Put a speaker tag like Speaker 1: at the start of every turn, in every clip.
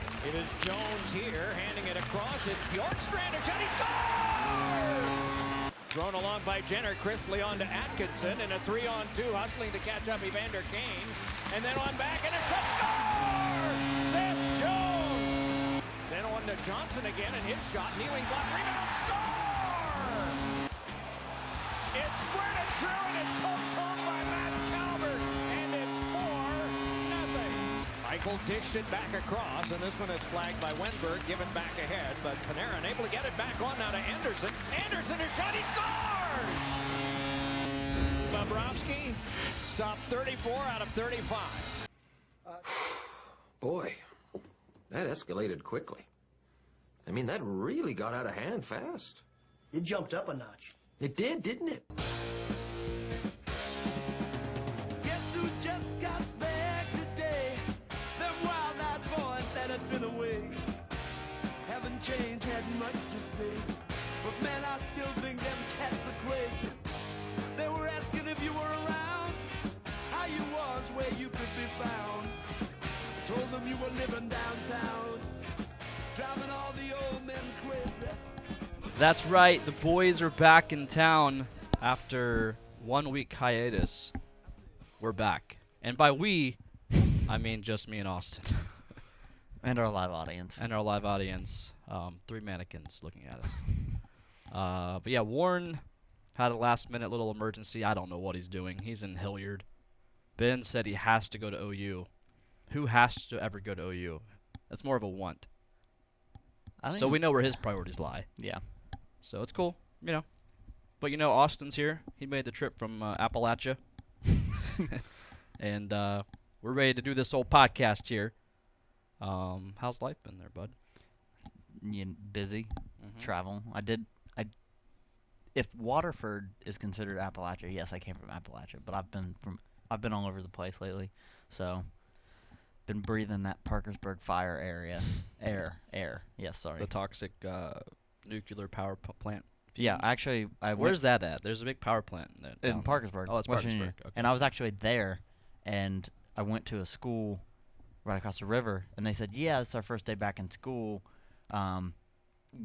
Speaker 1: It is Jones here, handing it across. It's Bjorkstrand, a shot, he scores! Thrown along by Jenner, crisply on to Atkinson, and a three-on-two, hustling to catch up Evander Kane, and then on back, and a shot, score! Seth Jones! Then on to Johnson again, and his shot, kneeling block, rebound, score! It's squirted through, and it's poked home by Matt Calvert, and it's Eichel dished it back across, and this one is flagged by Wenberg, given back ahead, but Panarin able to get it back on now to Anderson. Anderson, a shot, he scores! Bobrovsky stopped 34 out of 35.
Speaker 2: Uh, Boy, that escalated quickly. I mean, that really got out of hand fast.
Speaker 3: It jumped up a notch.
Speaker 2: It did, didn't it?
Speaker 4: Guess who just got back today? Haven't changed, had much to say. But man, I still think them cats are crazy. They were asking if you were around, how you was, where you could be found. I told them you were living downtown, driving all the old men crazy.
Speaker 5: That's right, the boys are back in town after one week hiatus. We're back. And by we, I mean just me and Austin.
Speaker 6: And our live audience.
Speaker 5: and our live audience. Um, three mannequins looking at us. uh, but yeah, Warren had a last minute little emergency. I don't know what he's doing. He's in Hilliard. Ben said he has to go to OU. Who has to ever go to OU? That's more of a want.
Speaker 6: I
Speaker 5: So
Speaker 6: think-
Speaker 5: we know where his priorities lie.
Speaker 6: Yeah.
Speaker 5: So it's cool, you know. But you know, Austin's here. He made the trip from uh, Appalachia, and uh, we're ready to do this whole podcast here. Um, how's life been there, bud?
Speaker 6: You busy
Speaker 5: Mm-hmm.
Speaker 6: travel. I did. I. If Waterford is considered Appalachia, yes, I came from Appalachia, but I've been from I've been all over the place lately, so been breathing that Parkersburg fire area air air. Yes, sorry.
Speaker 5: The toxic uh, nuclear power p- plant.
Speaker 6: yeah,
Speaker 5: fumes?
Speaker 6: actually, I went-
Speaker 5: Where's that at? There's a big power plant in, there,
Speaker 6: in
Speaker 5: down-
Speaker 6: Parkersburg.
Speaker 5: Oh, it's
Speaker 6: West
Speaker 5: Parkersburg.
Speaker 6: Virginia.
Speaker 5: Okay.
Speaker 6: And I was actually there, and I went to a school right across the river, and they said, "Yeah, it's our first day back in school. Um,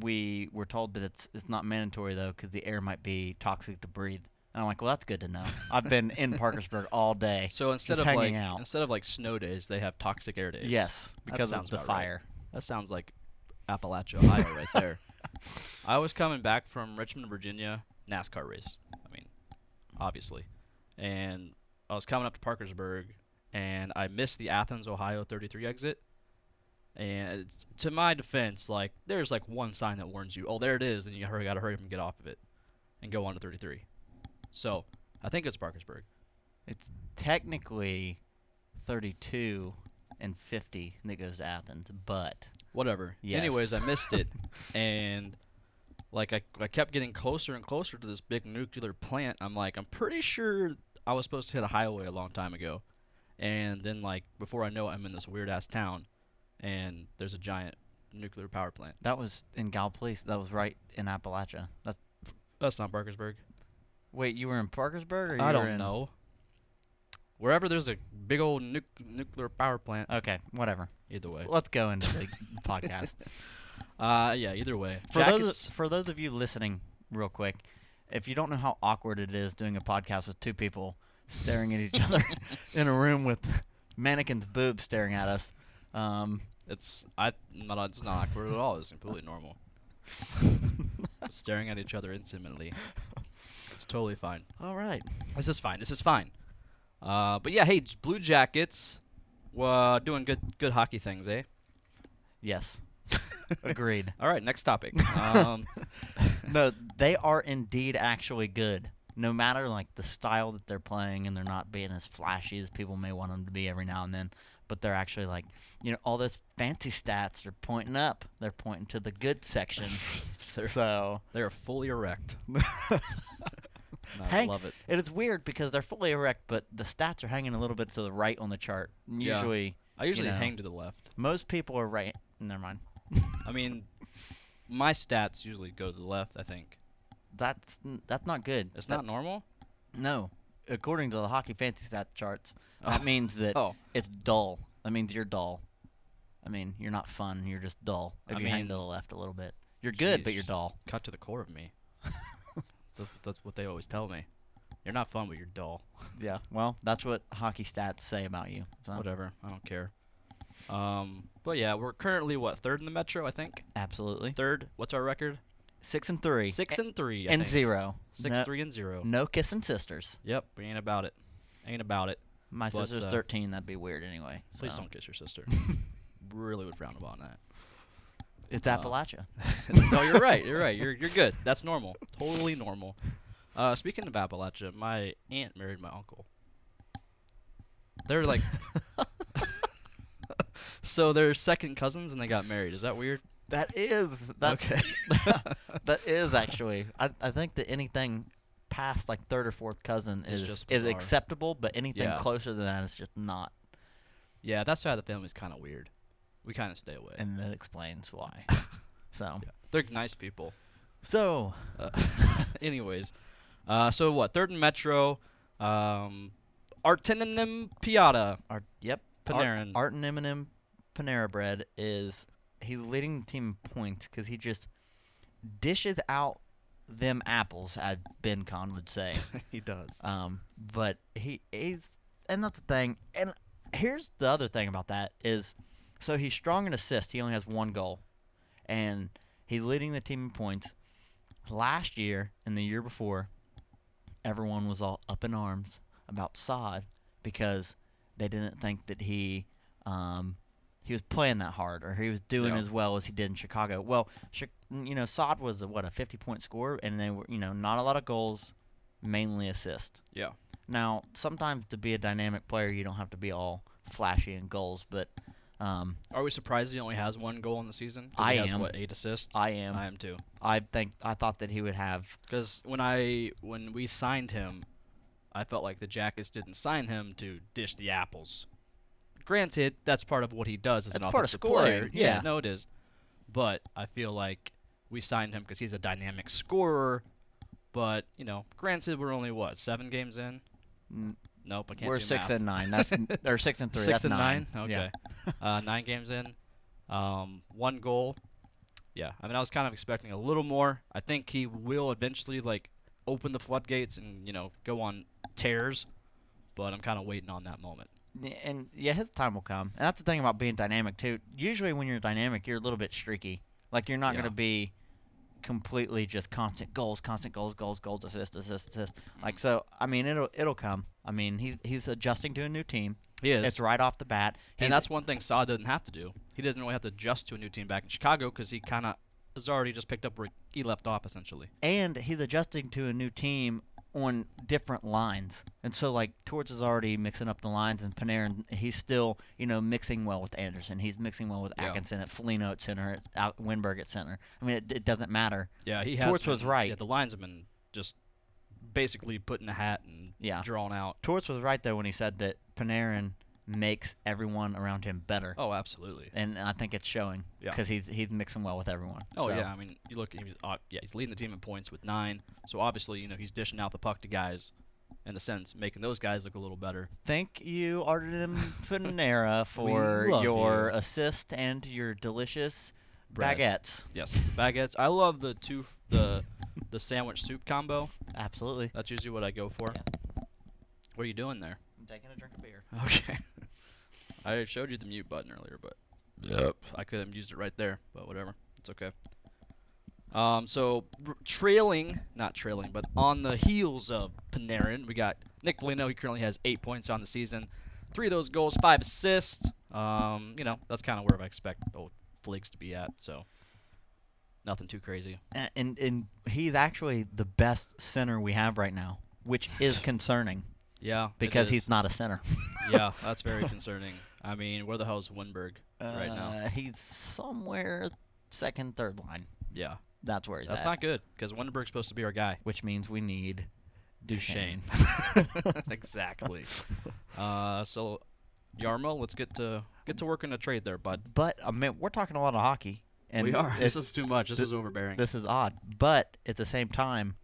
Speaker 6: we were told that it's it's not mandatory though, because the air might be toxic to breathe." And I'm like, "Well, that's good to know. I've been in Parkersburg all day,
Speaker 5: so instead
Speaker 6: just
Speaker 5: of like
Speaker 6: hanging out."
Speaker 5: instead of like snow days, they have toxic air days.
Speaker 6: yes,
Speaker 5: That
Speaker 6: because
Speaker 5: sounds
Speaker 6: of the
Speaker 5: about right.
Speaker 6: fire.
Speaker 5: That sounds like Appalachia, Ohio, right there. I was coming back from Richmond, Virginia, NASCAR race. I mean, obviously. And I was coming up to Parkersburg, and I missed the Athens, Ohio 33 exit. And it's- to my defense, like there's like one sign that warns you, oh, there it is, and you hurry, gotta hurry up and get off of it, and go on to 33. So I think it's Parkersburg.
Speaker 6: It's technically 32 and 50 that goes to Athens, but
Speaker 5: whatever.
Speaker 6: Yes.
Speaker 5: Anyways, I missed it, and like I, I kept getting closer and closer to this big nuclear plant. I'm like, I'm pretty sure I was supposed to hit a highway a long time ago, and then like before I know it, I'm in this weird ass town, and there's a giant nuclear power plant.
Speaker 6: that was in Galplice. That was right in Appalachia. That's
Speaker 5: That's not Parkersburg.
Speaker 6: Wait, you were in Parkersburg? Or you
Speaker 5: I
Speaker 6: were
Speaker 5: don't
Speaker 6: in...
Speaker 5: know. Wherever there's a big old nuc- nuclear power plant,
Speaker 6: Okay, whatever.
Speaker 5: either way.
Speaker 6: Let's go into the podcast.
Speaker 5: Uh, yeah, either way.
Speaker 6: For
Speaker 5: Jackets-
Speaker 6: those for those of you listening, real quick, if you don't know how awkward it is doing a podcast with two people staring at each other in a room with mannequins' boobs staring at us, um,
Speaker 5: It's I not it's not awkward at all. It's completely normal. Staring at each other intimately. It's totally fine.
Speaker 6: all right,
Speaker 5: This is fine. This is fine. Uh, but yeah, hey, J- Blue Jackets, uh, doing good good hockey things, eh?
Speaker 6: yes, agreed.
Speaker 5: All right, next topic. Um,
Speaker 6: no, they are indeed actually good. No matter like the style that they're playing, and they're not being as flashy as people may want them to be every now and then, but they're actually like, you know, all those fancy stats are pointing up. They're pointing to the good section.
Speaker 5: They're-
Speaker 6: so,
Speaker 5: they are fully erect. I
Speaker 6: hang-
Speaker 5: love it.
Speaker 6: It is weird because they're fully erect, but the stats are hanging a little bit to the right on the chart.
Speaker 5: Yeah.
Speaker 6: Usually,
Speaker 5: I usually
Speaker 6: know.
Speaker 5: hang to the left.
Speaker 6: most people are right. Never mind.
Speaker 5: I mean, my stats usually go to the left. I think
Speaker 6: That's n- that's not good.
Speaker 5: it's
Speaker 6: That-
Speaker 5: not normal.
Speaker 6: No. According to the hockey fancy stat charts,
Speaker 5: Oh.
Speaker 6: that means that
Speaker 5: Oh.
Speaker 6: it's dull. That means you're dull. I mean, you're not fun. You're just dull. If
Speaker 5: I
Speaker 6: you hang to
Speaker 5: mean,
Speaker 6: the left a little bit, you're good, but you're
Speaker 5: Jeez,
Speaker 6: dull.
Speaker 5: Cut to the core of me. that's, that's what they always tell me. You're not fun, but you're dull.
Speaker 6: Yeah. Well, that's what hockey stats say about you. So
Speaker 5: Whatever. I don't care. Um, but yeah, we're currently what third in the Metro, I think.
Speaker 6: Absolutely.
Speaker 5: Third. What's our record?
Speaker 6: Six and three.
Speaker 5: Six
Speaker 6: A-
Speaker 5: and three. I
Speaker 6: and
Speaker 5: think.
Speaker 6: zero.
Speaker 5: Six,
Speaker 6: no,
Speaker 5: three, and zero.
Speaker 6: No kissing sisters.
Speaker 5: Yep. We ain't about it. Ain't about it.
Speaker 6: My
Speaker 5: But,
Speaker 6: sister's
Speaker 5: uh,
Speaker 6: 13. That'd be weird anyway.
Speaker 5: Please
Speaker 6: so.
Speaker 5: don't kiss your sister. really would frown upon that.
Speaker 6: It's
Speaker 5: uh,
Speaker 6: Appalachia.
Speaker 5: no, you're right. You're right. You're you're good. That's normal. Totally normal. Uh, speaking of Appalachia, my aunt married my uncle. They're like, so they're second cousins and they got married. Is that weird?
Speaker 6: That is. That,
Speaker 5: Okay.
Speaker 6: that is actually. I, I think that anything past like third or fourth cousin
Speaker 5: It's
Speaker 6: is
Speaker 5: just
Speaker 6: is
Speaker 5: bizarre.
Speaker 6: acceptable, but anything
Speaker 5: Yeah.
Speaker 6: closer than that is just not.
Speaker 5: Yeah, that's why the family's kind of weird. We kind of stay away.
Speaker 6: And that explains why. so.
Speaker 5: They're nice people.
Speaker 6: So.
Speaker 5: Uh, anyways, uh, so what? Third and Metro, um, Artenanem Piata.
Speaker 6: Our, yep.
Speaker 5: Panarin.
Speaker 6: Art, Art and Eminem Panera Bread is he's leading the team in points because he just dishes out them apples, as Ben Con would say.
Speaker 5: he does.
Speaker 6: um, but he he's and that's the thing. And here's the other thing about that is, so he's strong in assists. He only has one goal, and he's leading the team in points. Last year and the year before, everyone was all up in arms about Sod because they didn't think that he um, he was playing that hard or he was doing
Speaker 5: Yeah.
Speaker 6: as well as he did in Chicago. Well, Chi- you know, Sod was a, what a 50 point scorer, and they were you know not a lot of goals, mainly assists.
Speaker 5: Yeah.
Speaker 6: Now, sometimes to be a dynamic player, you don't have to be all flashy and goals, but um,
Speaker 5: Are we surprised he only has one goal in the season? 'Cause
Speaker 6: I
Speaker 5: he has,
Speaker 6: am.
Speaker 5: What eight assists?
Speaker 6: I am.
Speaker 5: I
Speaker 6: I,
Speaker 5: am too.
Speaker 6: think I thought that he would have.
Speaker 5: Because when I when we signed him, I felt like the Jackets didn't sign him to dish the apples. Granted, that's part of what he does as an
Speaker 6: That's part of
Speaker 5: offensive player.
Speaker 6: scoring,
Speaker 5: Yeah.
Speaker 6: yeah.
Speaker 5: no, it is. But I feel like we signed him because he's a dynamic scorer. But you know, granted, we're only what seven games in.
Speaker 6: Mm,
Speaker 5: Nope, I can't.
Speaker 6: We're
Speaker 5: do
Speaker 6: six
Speaker 5: math.
Speaker 6: and nine. That's or six and three.
Speaker 5: Six
Speaker 6: that's
Speaker 5: and nine.
Speaker 6: Yeah.
Speaker 5: Okay, uh, nine games in, um, one goal. Yeah, I mean, I was kind of expecting a little more. I think he will eventually like open the floodgates and you know go on tears, but I'm kind of waiting on that moment.
Speaker 6: N- And yeah, his time will come. And that's the thing about being dynamic too. Usually, when you're dynamic, you're a little bit streaky. Like you're not
Speaker 5: Yeah.
Speaker 6: going to be completely just constant goals, constant goals, goals, goals, assist, assist, assist.
Speaker 5: Mm-hmm.
Speaker 6: Like so, I mean, it'll it'll come. I mean, he's he's adjusting to a new team.
Speaker 5: He is,
Speaker 6: It's right off the bat. He's-
Speaker 5: and that's one thing Saad doesn't have to do. He doesn't really have to adjust to a new team back in Chicago because he kind of has already just picked up where he left off essentially.
Speaker 6: and he's adjusting to a new team on different lines. And so like Torts is already mixing up the lines and Panarin he's still, you know, mixing well with Anderson. He's mixing well with
Speaker 5: Yeah.
Speaker 6: Atkinson at Felino at center, at Al- Winberg at center. I mean it, it doesn't matter.
Speaker 5: Yeah, he has.
Speaker 6: Torts was
Speaker 5: been-
Speaker 6: right.
Speaker 5: Yeah, the lines have been just basically put in a hat and
Speaker 6: Yeah.
Speaker 5: drawn out.
Speaker 6: Torts was right though when he said that Panarin makes everyone around him better.
Speaker 5: Oh, absolutely.
Speaker 6: And I think it's showing
Speaker 5: Yeah.
Speaker 6: cuz he's he's mixing well with everyone.
Speaker 5: Oh
Speaker 6: So,
Speaker 5: yeah, I mean, you look, he's uh, yeah, he's leading the team in points with nine. So obviously, you know, he's dishing out the puck to guys, in a sense, making those guys look a little better.
Speaker 6: Thank you Artem Panera for
Speaker 5: love
Speaker 6: your
Speaker 5: you.
Speaker 6: assist and your delicious
Speaker 5: Bread.
Speaker 6: baguettes.
Speaker 5: Yes, baguettes. I love the two, f- the the sandwich soup combo.
Speaker 6: Absolutely.
Speaker 5: That's usually what I go for.
Speaker 6: Yeah.
Speaker 5: What are you doing there?
Speaker 6: I'm taking a drink of beer.
Speaker 5: Okay. I showed you the mute button earlier, but I could have used it right there, but whatever. It's okay. Um, so r- trailing, not trailing, but on the heels of Panarin, we got Nick Foligno. He currently has eight points on the season, three of those goals, five assists. Um, you know that's kind of where I expect old Fliggs to be at. So nothing too crazy.
Speaker 6: And, and and he's actually the best center we have right now, which is concerning
Speaker 5: Yeah, it
Speaker 6: because
Speaker 5: is.
Speaker 6: he's not a center.
Speaker 5: yeah, that's very concerning. I mean, where the hell is Winberg right now?
Speaker 6: Uh, he's somewhere second, third line.
Speaker 5: Yeah,
Speaker 6: That's where he's
Speaker 5: that's
Speaker 6: at.
Speaker 5: not good because Winberg's supposed to be our guy.
Speaker 6: which means we need Duchesne.
Speaker 5: Duchesne. exactly. Uh, so, Yarmo, let's get to get to work in a trade there, bud.
Speaker 6: But I mean, we're talking a lot of hockey, and
Speaker 5: This
Speaker 6: it-
Speaker 5: is too much. This
Speaker 6: thi-
Speaker 5: is overbearing.
Speaker 6: this is odd. But at the same time,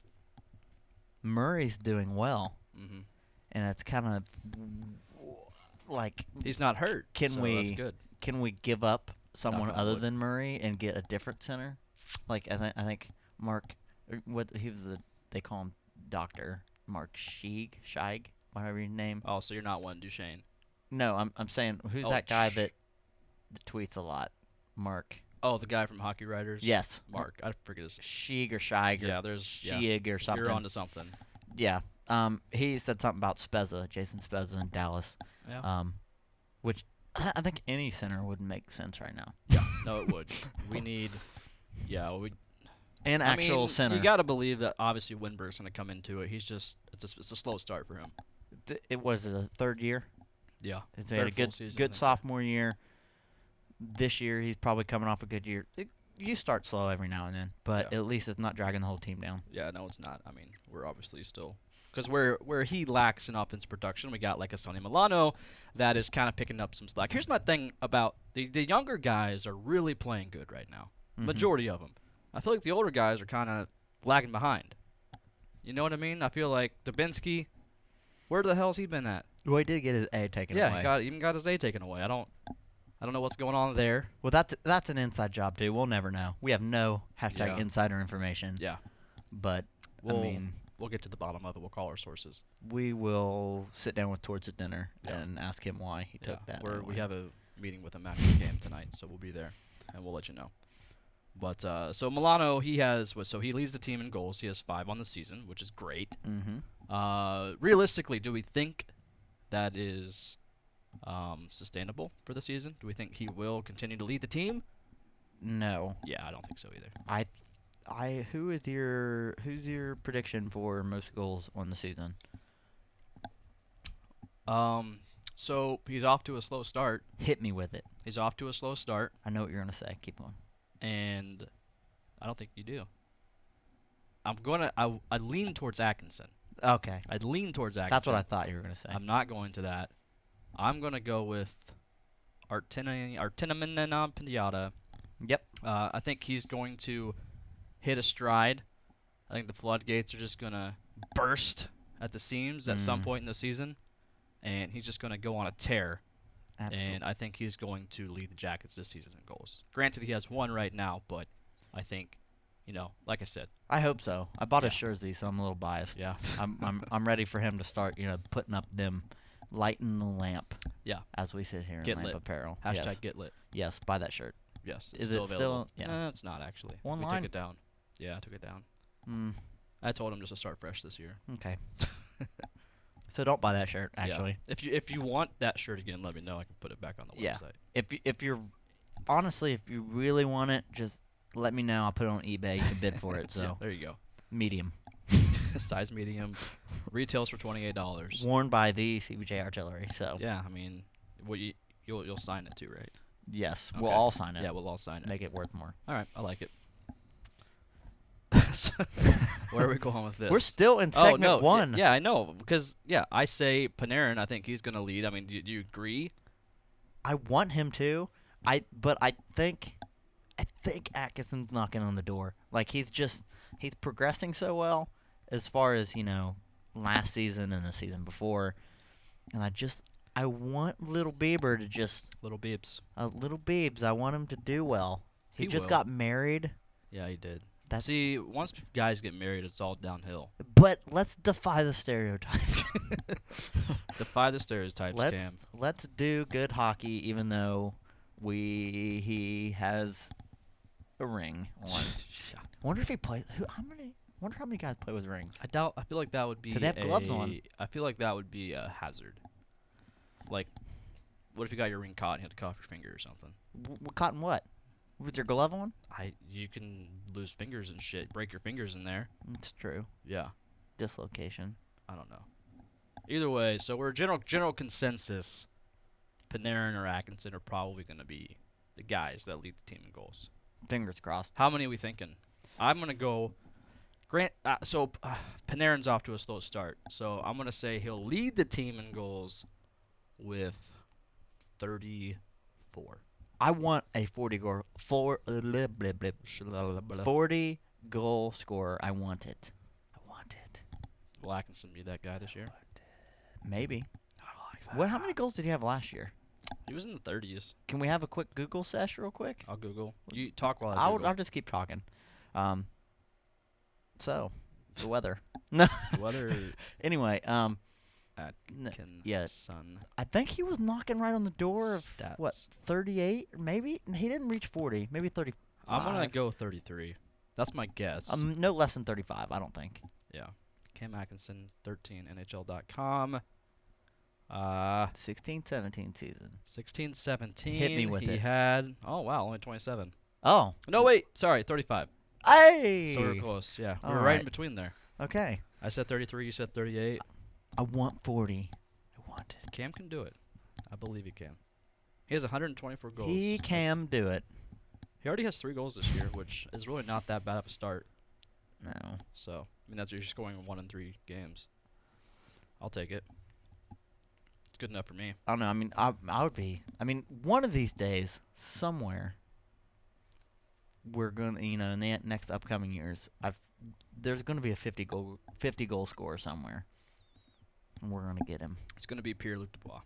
Speaker 6: Murray's doing well,
Speaker 5: Mhm.
Speaker 6: and it's kind of like
Speaker 5: He's not hurt.
Speaker 6: Can
Speaker 5: so That's
Speaker 6: we-
Speaker 5: good.
Speaker 6: can we give up someone
Speaker 5: on
Speaker 6: other
Speaker 5: wood.
Speaker 6: than Murray and get a different center? Like I think I think Mark, or what he was the they call him Doctor Mark Sheig Scheig whatever your name.
Speaker 5: Oh, so you're not one Duchesne.
Speaker 6: No, I'm I'm saying who's
Speaker 5: Oh,
Speaker 6: that guy
Speaker 5: sh-
Speaker 6: that, that tweets a lot? Mark
Speaker 5: Oh, the guy from Hockey Writers.
Speaker 6: Yes.
Speaker 5: Mark. I forget his.
Speaker 6: Sheig or Scheig or
Speaker 5: Yeah, there's yeah.
Speaker 6: Sheig or something.
Speaker 5: You're onto something.
Speaker 6: Yeah. Um, he said something about Spezza, Jason Spezza in Dallas.
Speaker 5: Yeah.
Speaker 6: Um, which I think any center would make sense right now.
Speaker 5: yeah. No, it would. We need. Yeah, we
Speaker 6: An actual
Speaker 5: I mean,
Speaker 6: center.
Speaker 5: You got to believe that obviously Winberg's going to come into it. He's just it's a, it's a slow start for him.
Speaker 6: Th- it was a third year.
Speaker 5: Yeah,
Speaker 6: He's had a
Speaker 5: Third full
Speaker 6: good
Speaker 5: season, I
Speaker 6: good
Speaker 5: think.
Speaker 6: sophomore year. This year he's probably coming off a good year. It, you start slow every now and then, but
Speaker 5: Yeah.
Speaker 6: at least it's not dragging the whole team down.
Speaker 5: Yeah, no, it's not. I mean, we're obviously still because where where he lacks in offense production, we got like a Sonny Milano that is kind of picking up some slack. Here's my thing about the the younger guys are really playing good right now.
Speaker 6: Mm-hmm.
Speaker 5: Majority of them. I feel like the older guys are kind of lagging behind. You know what I mean? I feel like Dubinsky. Where the hell's he been at?
Speaker 6: Well, he did get his A taken
Speaker 5: yeah,
Speaker 6: away.
Speaker 5: he got even got his A taken away. I don't. I don't know what's going on there.
Speaker 6: well, that's that's an inside job too. We'll never know. We have no
Speaker 5: Yeah.
Speaker 6: hashtag insider information.
Speaker 5: Yeah,
Speaker 6: But
Speaker 5: we'll
Speaker 6: I mean,
Speaker 5: we'll get to the bottom of it. We'll call our sources.
Speaker 6: we will sit down with Torts at dinner
Speaker 5: Yeah.
Speaker 6: and ask him why he took
Speaker 5: yeah,
Speaker 6: that.
Speaker 5: we're,
Speaker 6: and
Speaker 5: we
Speaker 6: why-
Speaker 5: have a meeting with him after the game tonight, so we'll be there, and we'll let you know. But uh, so Milano, he has what? So he leads the team in goals. He has five on the season, which is great.
Speaker 6: Mhm.
Speaker 5: Uh, realistically, do we think that is um, sustainable for the season? Do we think he will continue to lead the team?
Speaker 6: No,
Speaker 5: Yeah, I don't think so either.
Speaker 6: I, I who is your who's your prediction for most goals on the season?
Speaker 5: Um, so he's off to a slow start.
Speaker 6: Hit me with it.
Speaker 5: He's off to a slow start,
Speaker 6: I know what you're gonna say. Keep going.
Speaker 5: and I don't think you do. I'm gonna. I, I lean towards Atkinson.
Speaker 6: Okay,
Speaker 5: I'd lean towards Atkinson.
Speaker 6: that's what I thought you were gonna say.
Speaker 5: I'm not going to that. I'm going to go with Artena Artenamanena Pinata.
Speaker 6: yep.
Speaker 5: Uh, I think he's going to hit a stride. I think the floodgates are just going to burst at the seams at some
Speaker 6: Mm.
Speaker 5: point in the season, and he's just going to go on a tear.
Speaker 6: Absolutely.
Speaker 5: And I think he's going to lead the Jackets this season in goals. Granted, he has one right now, but I think, you know, like I said,
Speaker 6: I hope so. I bought
Speaker 5: Yeah.
Speaker 6: a jersey, so I'm a little biased.
Speaker 5: Yeah.
Speaker 6: I'm I'm I'm ready for him to start. You know, putting up them, lighting the lamp.
Speaker 5: Yeah.
Speaker 6: As we sit here
Speaker 5: Get
Speaker 6: in lamp
Speaker 5: lit.
Speaker 6: apparel.
Speaker 5: hashtag
Speaker 6: yes.
Speaker 5: get lit.
Speaker 6: yes. Buy that shirt.
Speaker 5: Yes.
Speaker 6: Is
Speaker 5: still
Speaker 6: it
Speaker 5: available.
Speaker 6: still- yeah.
Speaker 5: Uh, it's not actually. We
Speaker 6: Online?
Speaker 5: took it down. Yeah, I took it down.
Speaker 6: Mm,
Speaker 5: I told him just to start fresh this year.
Speaker 6: okay. so don't buy that shirt.
Speaker 5: Yeah.
Speaker 6: Actually.
Speaker 5: If you if you want that shirt again, let me know. I can put it back on the
Speaker 6: Yeah.
Speaker 5: website.
Speaker 6: if y- if you're honestly if you really want it just let me know i'll put it on ebay you can bid for it
Speaker 5: Yeah,
Speaker 6: so
Speaker 5: there you go.
Speaker 6: medium
Speaker 5: Size medium. Retails for twenty eight dollars.
Speaker 6: worn by the cbj artillery so
Speaker 5: Yeah, I mean what you you'll you'll sign it too, right?
Speaker 6: yes we'll
Speaker 5: Okay.
Speaker 6: all sign it
Speaker 5: Yeah, we'll all sign it.
Speaker 6: make it worth more
Speaker 5: All right, I like it. So, Where are we going with this?
Speaker 6: we're still in segment
Speaker 5: oh, no, y-
Speaker 6: one
Speaker 5: Yeah, I know because yeah, I say Panarin. I think he's gonna lead. I mean, do, you- do you agree?
Speaker 6: i want him to i but i think i think atkinson's knocking on the door like he's just he's progressing so well as far as you know last season and the season before and i just i want little bieber to just
Speaker 5: Little Biebs.
Speaker 6: Uh, little Biebs, I want him to do well. He,
Speaker 5: He
Speaker 6: just
Speaker 5: will.
Speaker 6: got married,
Speaker 5: Yeah, he did.
Speaker 6: That's-
Speaker 5: See, once p- guys get married, it's all downhill.
Speaker 6: but let's defy the stereotype.
Speaker 5: Defy the stereotypes,
Speaker 6: let's
Speaker 5: Cam.
Speaker 6: let's do good hockey, even though we he has a ring on. wonder if he plays. Who? How many? Wonder how many guys play with rings.
Speaker 5: I doubt. I feel like that would be.
Speaker 6: they have gloves on?
Speaker 5: a- I feel like that would be a hazard. Like, what if you got your ring caught and you had to cut off your finger or something?
Speaker 6: W- w- cotton what? With your glove on?
Speaker 5: I you can lose fingers and shit, break your fingers in there.
Speaker 6: It's true.
Speaker 5: Yeah,
Speaker 6: Dislocation.
Speaker 5: I don't know. Either way, so we're general general consensus. Panarin or Atkinson are probably going to be the guys that lead the team in goals.
Speaker 6: Fingers crossed.
Speaker 5: How many are we thinking? I'm gonna go. Grant. Uh, so uh, Panarin's off to a slow start. So I'm gonna say he'll lead the team in goals with 34.
Speaker 6: I want a forty goal four uh, bleh, bleh, bleh, forty goal scorer. I want it. I want it.
Speaker 5: Will Atkinson be that guy this year?
Speaker 6: Maybe. What? How many goals did he have last year?
Speaker 5: He was in the 30s.
Speaker 6: Can we have a quick Google sesh real quick?
Speaker 5: I'll Google. You talk while I
Speaker 6: I'll,
Speaker 5: Google.
Speaker 6: I'll just keep talking. Um, so, the weather. No.
Speaker 5: Weather
Speaker 6: anyway, um,
Speaker 5: at
Speaker 6: n-
Speaker 5: Ken
Speaker 6: yeah.
Speaker 5: Sun.
Speaker 6: I think he was knocking right on the door of what
Speaker 5: Stats.
Speaker 6: 38, maybe he didn't reach 40, maybe 30.
Speaker 5: I'm gonna
Speaker 6: Five.
Speaker 5: go 33. That's my guess.
Speaker 6: Um, no less than 35, I don't think.
Speaker 5: yeah. Cam Atkinson, 13nhl.com. Uh,
Speaker 6: 16, 17 season.
Speaker 5: 16, 17.
Speaker 6: with
Speaker 5: he
Speaker 6: it.
Speaker 5: had. Oh wow, only 27.
Speaker 6: Oh,
Speaker 5: No wait, sorry, 35.
Speaker 6: hey.
Speaker 5: So we're close. Yeah, we
Speaker 6: All
Speaker 5: we're right. in
Speaker 6: right.
Speaker 5: between there.
Speaker 6: Okay.
Speaker 5: I said 33. You said 38.
Speaker 6: I want 40. I want it.
Speaker 5: Cam can do it. I believe he can. He has 124 goals.
Speaker 6: He
Speaker 5: That's-
Speaker 6: can do it.
Speaker 5: He already has three goals this year, which is really not that bad of a start.
Speaker 6: No.
Speaker 5: So I mean, that's you're just going one in three games. I'll take it. It's good enough for me.
Speaker 6: I don't know. I mean, I, I would be. I mean, one of these days, somewhere, we're gonna, you know, in the next upcoming years, I've there's gonna be a 50 goal, 50 goal scorer somewhere, and we're gonna get him.
Speaker 5: It's gonna be Pierre Luc Dubois.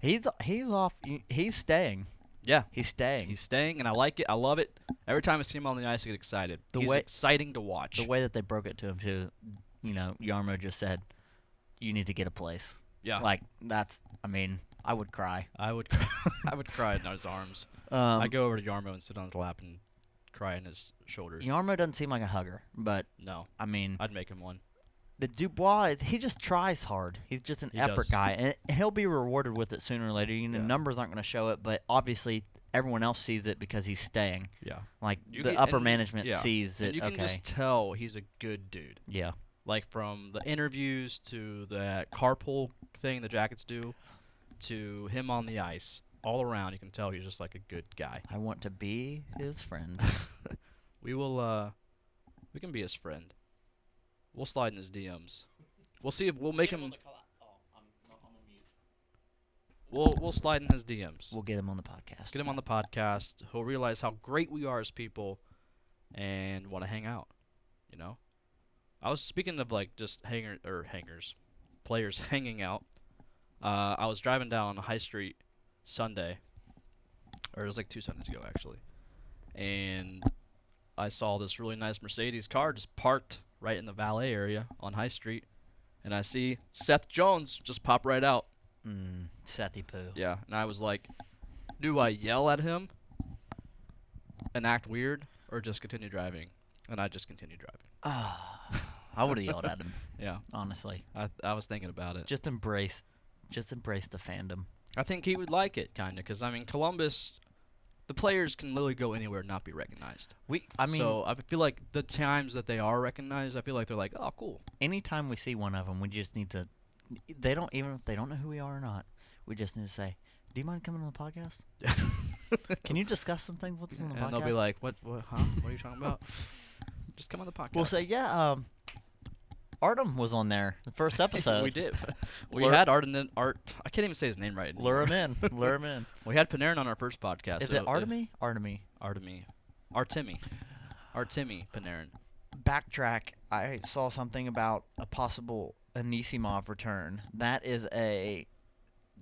Speaker 6: He's he's off. he- He's staying.
Speaker 5: Yeah,
Speaker 6: He's staying.
Speaker 5: he's staying, and I like it. I love it. Every time I see him on the ice, I get excited.
Speaker 6: The
Speaker 5: he's
Speaker 6: way-
Speaker 5: exciting to watch.
Speaker 6: the way that they broke it to him too, you know, Yarmo just said, "You need to get a place."
Speaker 5: yeah,
Speaker 6: Like that's. I mean, I would cry.
Speaker 5: I would, cry- I would cry in his arms.
Speaker 6: Um,
Speaker 5: I go over to Yarmo and sit on his lap and cry in his shoulder.
Speaker 6: Yarmo doesn't seem like a hugger, but
Speaker 5: No,
Speaker 6: I mean,
Speaker 5: I'd make him one.
Speaker 6: the Dubois, is- he just tries hard. He's just an
Speaker 5: He
Speaker 6: effort
Speaker 5: does.
Speaker 6: guy, and and he'll be rewarded with it sooner or later. You know,
Speaker 5: Yeah.
Speaker 6: numbers aren't going to show it, but obviously everyone else sees it because he's staying.
Speaker 5: Yeah,
Speaker 6: Like
Speaker 5: You
Speaker 6: the
Speaker 5: can-
Speaker 6: upper
Speaker 5: and-
Speaker 6: management
Speaker 5: yeah.
Speaker 6: sees
Speaker 5: and
Speaker 6: it.
Speaker 5: you can
Speaker 6: okay.
Speaker 5: just tell he's a good dude.
Speaker 6: yeah.
Speaker 5: like from the interviews to that carpool thing the Jackets do, to him on the ice, all around you can tell he's just like a good guy.
Speaker 6: I want to be his friend.
Speaker 5: We will, uh, we can be his friend. We'll slide in his DMs. We'll see if we'll make him. We'll we'll slide in his DMs.
Speaker 6: we'll get him on the podcast.
Speaker 5: Get him on the podcast. He'll realize how great we are as people, and want to hang out. You know, I was speaking of like just hanger or hangers, players hanging out. Uh, I was driving down High Street Sunday, or it was like two Sundays ago actually, and I saw this really nice Mercedes car just parked right in the valet area on High Street, and I see Seth Jones just pop right out.
Speaker 6: Mm, Sethy Poo.
Speaker 5: Yeah, and I was like, do I yell at him and act weird or just continue driving? And I just continued driving.
Speaker 6: I would have yelled at him,
Speaker 5: Yeah,
Speaker 6: honestly.
Speaker 5: I, I was thinking about it.
Speaker 6: Just embrace, just embrace the fandom.
Speaker 5: I think he would like it, kind of, because, I mean, Columbus, the players can literally go anywhere and not be recognized.
Speaker 6: We, I mean,
Speaker 5: so I feel like the times that they are recognized, I feel like they're like, oh, cool.
Speaker 6: anytime we see one of them, we just need to. They don't even if they don't know who we are or not. We just need to say, "Do you mind coming on the podcast? Can you discuss some things with us on the podcast?"
Speaker 5: and they'll be like, what, what, huh? What are you talking about? just come on the podcast.
Speaker 6: "We'll say, yeah, um, Artem was on there the first episode.
Speaker 5: we did. We
Speaker 6: Lure-
Speaker 5: had Art, and then Art. I can't even say his name right.
Speaker 6: Lure
Speaker 5: anymore.
Speaker 6: him in. Lure him in.
Speaker 5: We had Panarin on our first podcast.
Speaker 6: Is
Speaker 5: so
Speaker 6: it
Speaker 5: if-
Speaker 6: Artemy? Artemy.
Speaker 5: Artemi. Artemi. Artemi Panarin.
Speaker 6: Backtrack. I saw something about a possible Anisimov return. That is a,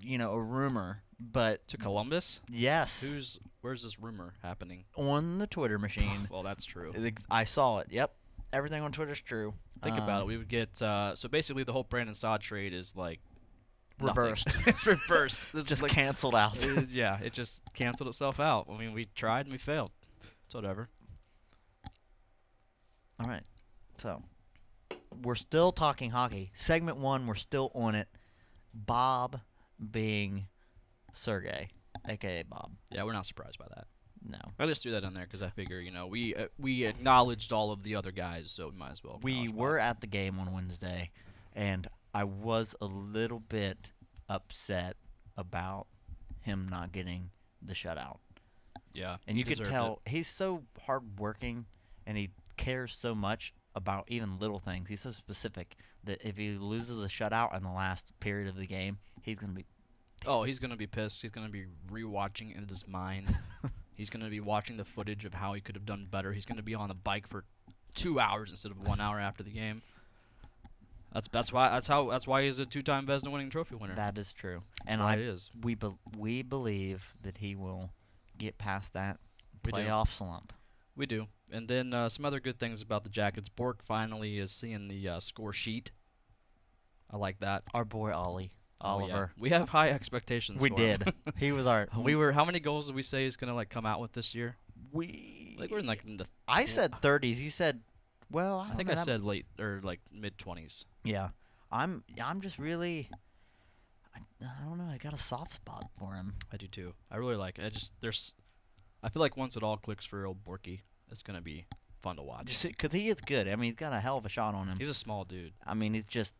Speaker 6: you know, a rumor, but
Speaker 5: To Columbus?
Speaker 6: yes,
Speaker 5: Mm. Who's where's this rumor happening?
Speaker 6: on the Twitter machine.
Speaker 5: Well, that's true.
Speaker 6: Ex- I saw it. Yep. Everything on Twitter's true.
Speaker 5: Think about it.
Speaker 6: Um,
Speaker 5: We would get uh, so basically the whole Brandon Saad trade is like nothing.
Speaker 6: Reversed.
Speaker 5: it's reversed. This is
Speaker 6: just
Speaker 5: like,
Speaker 6: canceled out.
Speaker 5: it- yeah, it just canceled itself out. I mean, we tried and we failed. It's whatever.
Speaker 6: All right. So, we're still talking hockey. Segment one, we're still on it. Bob being Sergey, aka Bob.
Speaker 5: Yeah, we're not surprised by that.
Speaker 6: No.
Speaker 5: I just threw that in there because I figure you know we uh, we acknowledged all of the other guys, so we might as well.
Speaker 6: We
Speaker 5: acknowledge Bob.
Speaker 6: were at the game on Wednesday, and I was a little bit upset about him not getting the shutout.
Speaker 5: yeah,
Speaker 6: and
Speaker 5: he
Speaker 6: you could
Speaker 5: deserved it.
Speaker 6: tell he's so hardworking and he cares so much about even little things. He's so specific that if he loses a shutout in the last period of the game, he's gonna be
Speaker 5: Oh, he's gonna be pissed. He's gonna be rewatching in his mind. he's gonna be watching the footage of how he could have done better. He's gonna be on the bike for two hours instead of one hour after the game. That's that's why that's how that's why he's a two-time Vesna winning trophy winner.
Speaker 6: That is true. and
Speaker 5: why
Speaker 6: I,
Speaker 5: it is.
Speaker 6: We bel we believe that he will get past that
Speaker 5: We do.
Speaker 6: playoff slump.
Speaker 5: We do. And then uh, some other good things about the Jackets. Bork finally is seeing the uh, score sheet. I like that.
Speaker 6: Our boy Ollie
Speaker 5: Oh, yeah.
Speaker 6: Oliver.
Speaker 5: We have high expectations.
Speaker 6: We
Speaker 5: for him.
Speaker 6: did. he was our.
Speaker 5: we were. How many goals did we say he's gonna like come out with this year?
Speaker 6: We.
Speaker 5: Like we're in like in the.
Speaker 6: I said 30s. You said, well, I,
Speaker 5: I
Speaker 6: don't
Speaker 5: think
Speaker 6: know,
Speaker 5: I
Speaker 6: that-
Speaker 5: said late or like mid twenties.
Speaker 6: Yeah, I'm. I'm just really. I, I don't know. I got a soft spot for him.
Speaker 5: I do too. I really like. It. I just there's. I feel like once it all clicks for old Borky, it's gonna be fun to watch.
Speaker 6: Just because he is good. I mean, he's got a hell of a shot on him.
Speaker 5: He's a small dude.
Speaker 6: I mean, it's just.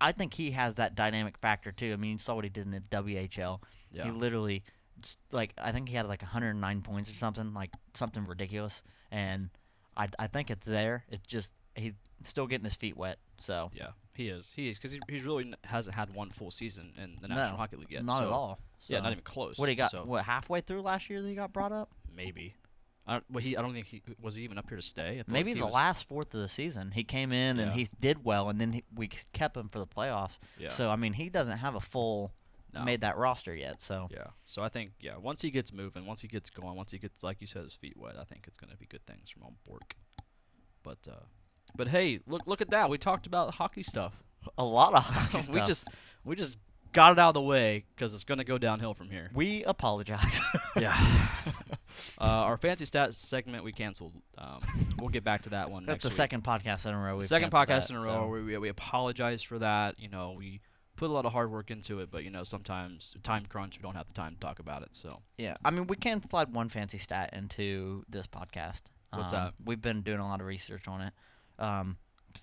Speaker 6: I think he has that dynamic factor too. I mean, you saw what he did in the WHL.
Speaker 5: Yeah.
Speaker 6: He literally, s- like, I think he had like 109 points or something, like something ridiculous. And I, I think it's there. It's just he's still getting his feet wet. So
Speaker 5: Yeah, he is. He is because he, he really n- hasn't had one full season in the National
Speaker 6: no,
Speaker 5: Hockey League yet.
Speaker 6: not at
Speaker 5: so-
Speaker 6: all.
Speaker 5: Yeah, not
Speaker 6: So-
Speaker 5: even close.
Speaker 6: What he got?
Speaker 5: so
Speaker 6: What halfway through last year that he got brought up?
Speaker 5: Maybe. I don't, well, he. I don't think he was he even up here to stay. I feel like
Speaker 6: Maybe
Speaker 5: he
Speaker 6: the
Speaker 5: was-
Speaker 6: last fourth of the season, he came in and
Speaker 5: Yeah.
Speaker 6: he did well, and then he, we c- kept him for the playoffs.
Speaker 5: Yeah.
Speaker 6: So I mean, he doesn't have a full
Speaker 5: No.
Speaker 6: made that roster yet. So
Speaker 5: Yeah. So I think yeah, once he gets moving, once he gets going, once he gets like you said his feet wet, I think it's gonna be good things from old Bork. But uh, but hey, look look at that. We talked about hockey stuff.
Speaker 6: a lot of hockey
Speaker 5: we
Speaker 6: stuff.
Speaker 5: just we just got it out of the way because it's gonna go downhill from here.
Speaker 6: we apologize.
Speaker 5: yeah. uh, our fancy stats segment we canceled. Um, we'll get back to that one.
Speaker 6: That's
Speaker 5: next
Speaker 6: the
Speaker 5: week.
Speaker 6: second podcast in a row. We've
Speaker 5: second
Speaker 6: canceled
Speaker 5: podcast
Speaker 6: that,
Speaker 5: in a
Speaker 6: so.
Speaker 5: row where we, we apologize for that you know we put a lot of hard work into it but you know sometimes time crunch we don't have the time to talk about it so
Speaker 6: Yeah, I mean, we can slide one fancy stat into this podcast.
Speaker 5: What's
Speaker 6: Um,
Speaker 5: that?
Speaker 6: We've been doing a lot of research on it, um,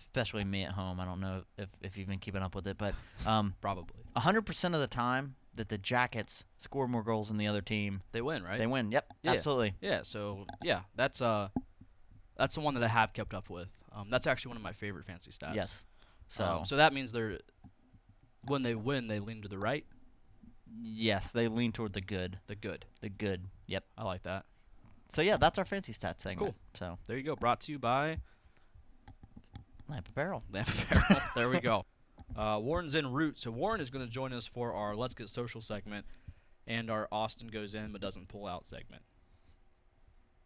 Speaker 6: especially me at home. I don't know if, if you've been keeping up with it, but um,
Speaker 5: probably
Speaker 6: 100% of the time that the Jackets score more goals than the other team,
Speaker 5: they win right
Speaker 6: they win. Yep,
Speaker 5: Yeah.
Speaker 6: absolutely.
Speaker 5: yeah so yeah that's uh that's the one that i have kept up with um that's actually one of my favorite fancy stats
Speaker 6: Yes. So,
Speaker 5: Um, so that means they're when they win they lean to the right
Speaker 6: yes, they lean toward the good.
Speaker 5: the good
Speaker 6: The good. Yep.
Speaker 5: i like that
Speaker 6: So yeah, that's our fancy stats segment.
Speaker 5: Cool.
Speaker 6: So
Speaker 5: there you go brought to you by
Speaker 6: lamp a barrel.
Speaker 5: Lamp Apparel. there we go. Uh, Warren's en route, so Warren is going to join us for our Let's Get Social segment and our Austin goes in but doesn't pull out segment.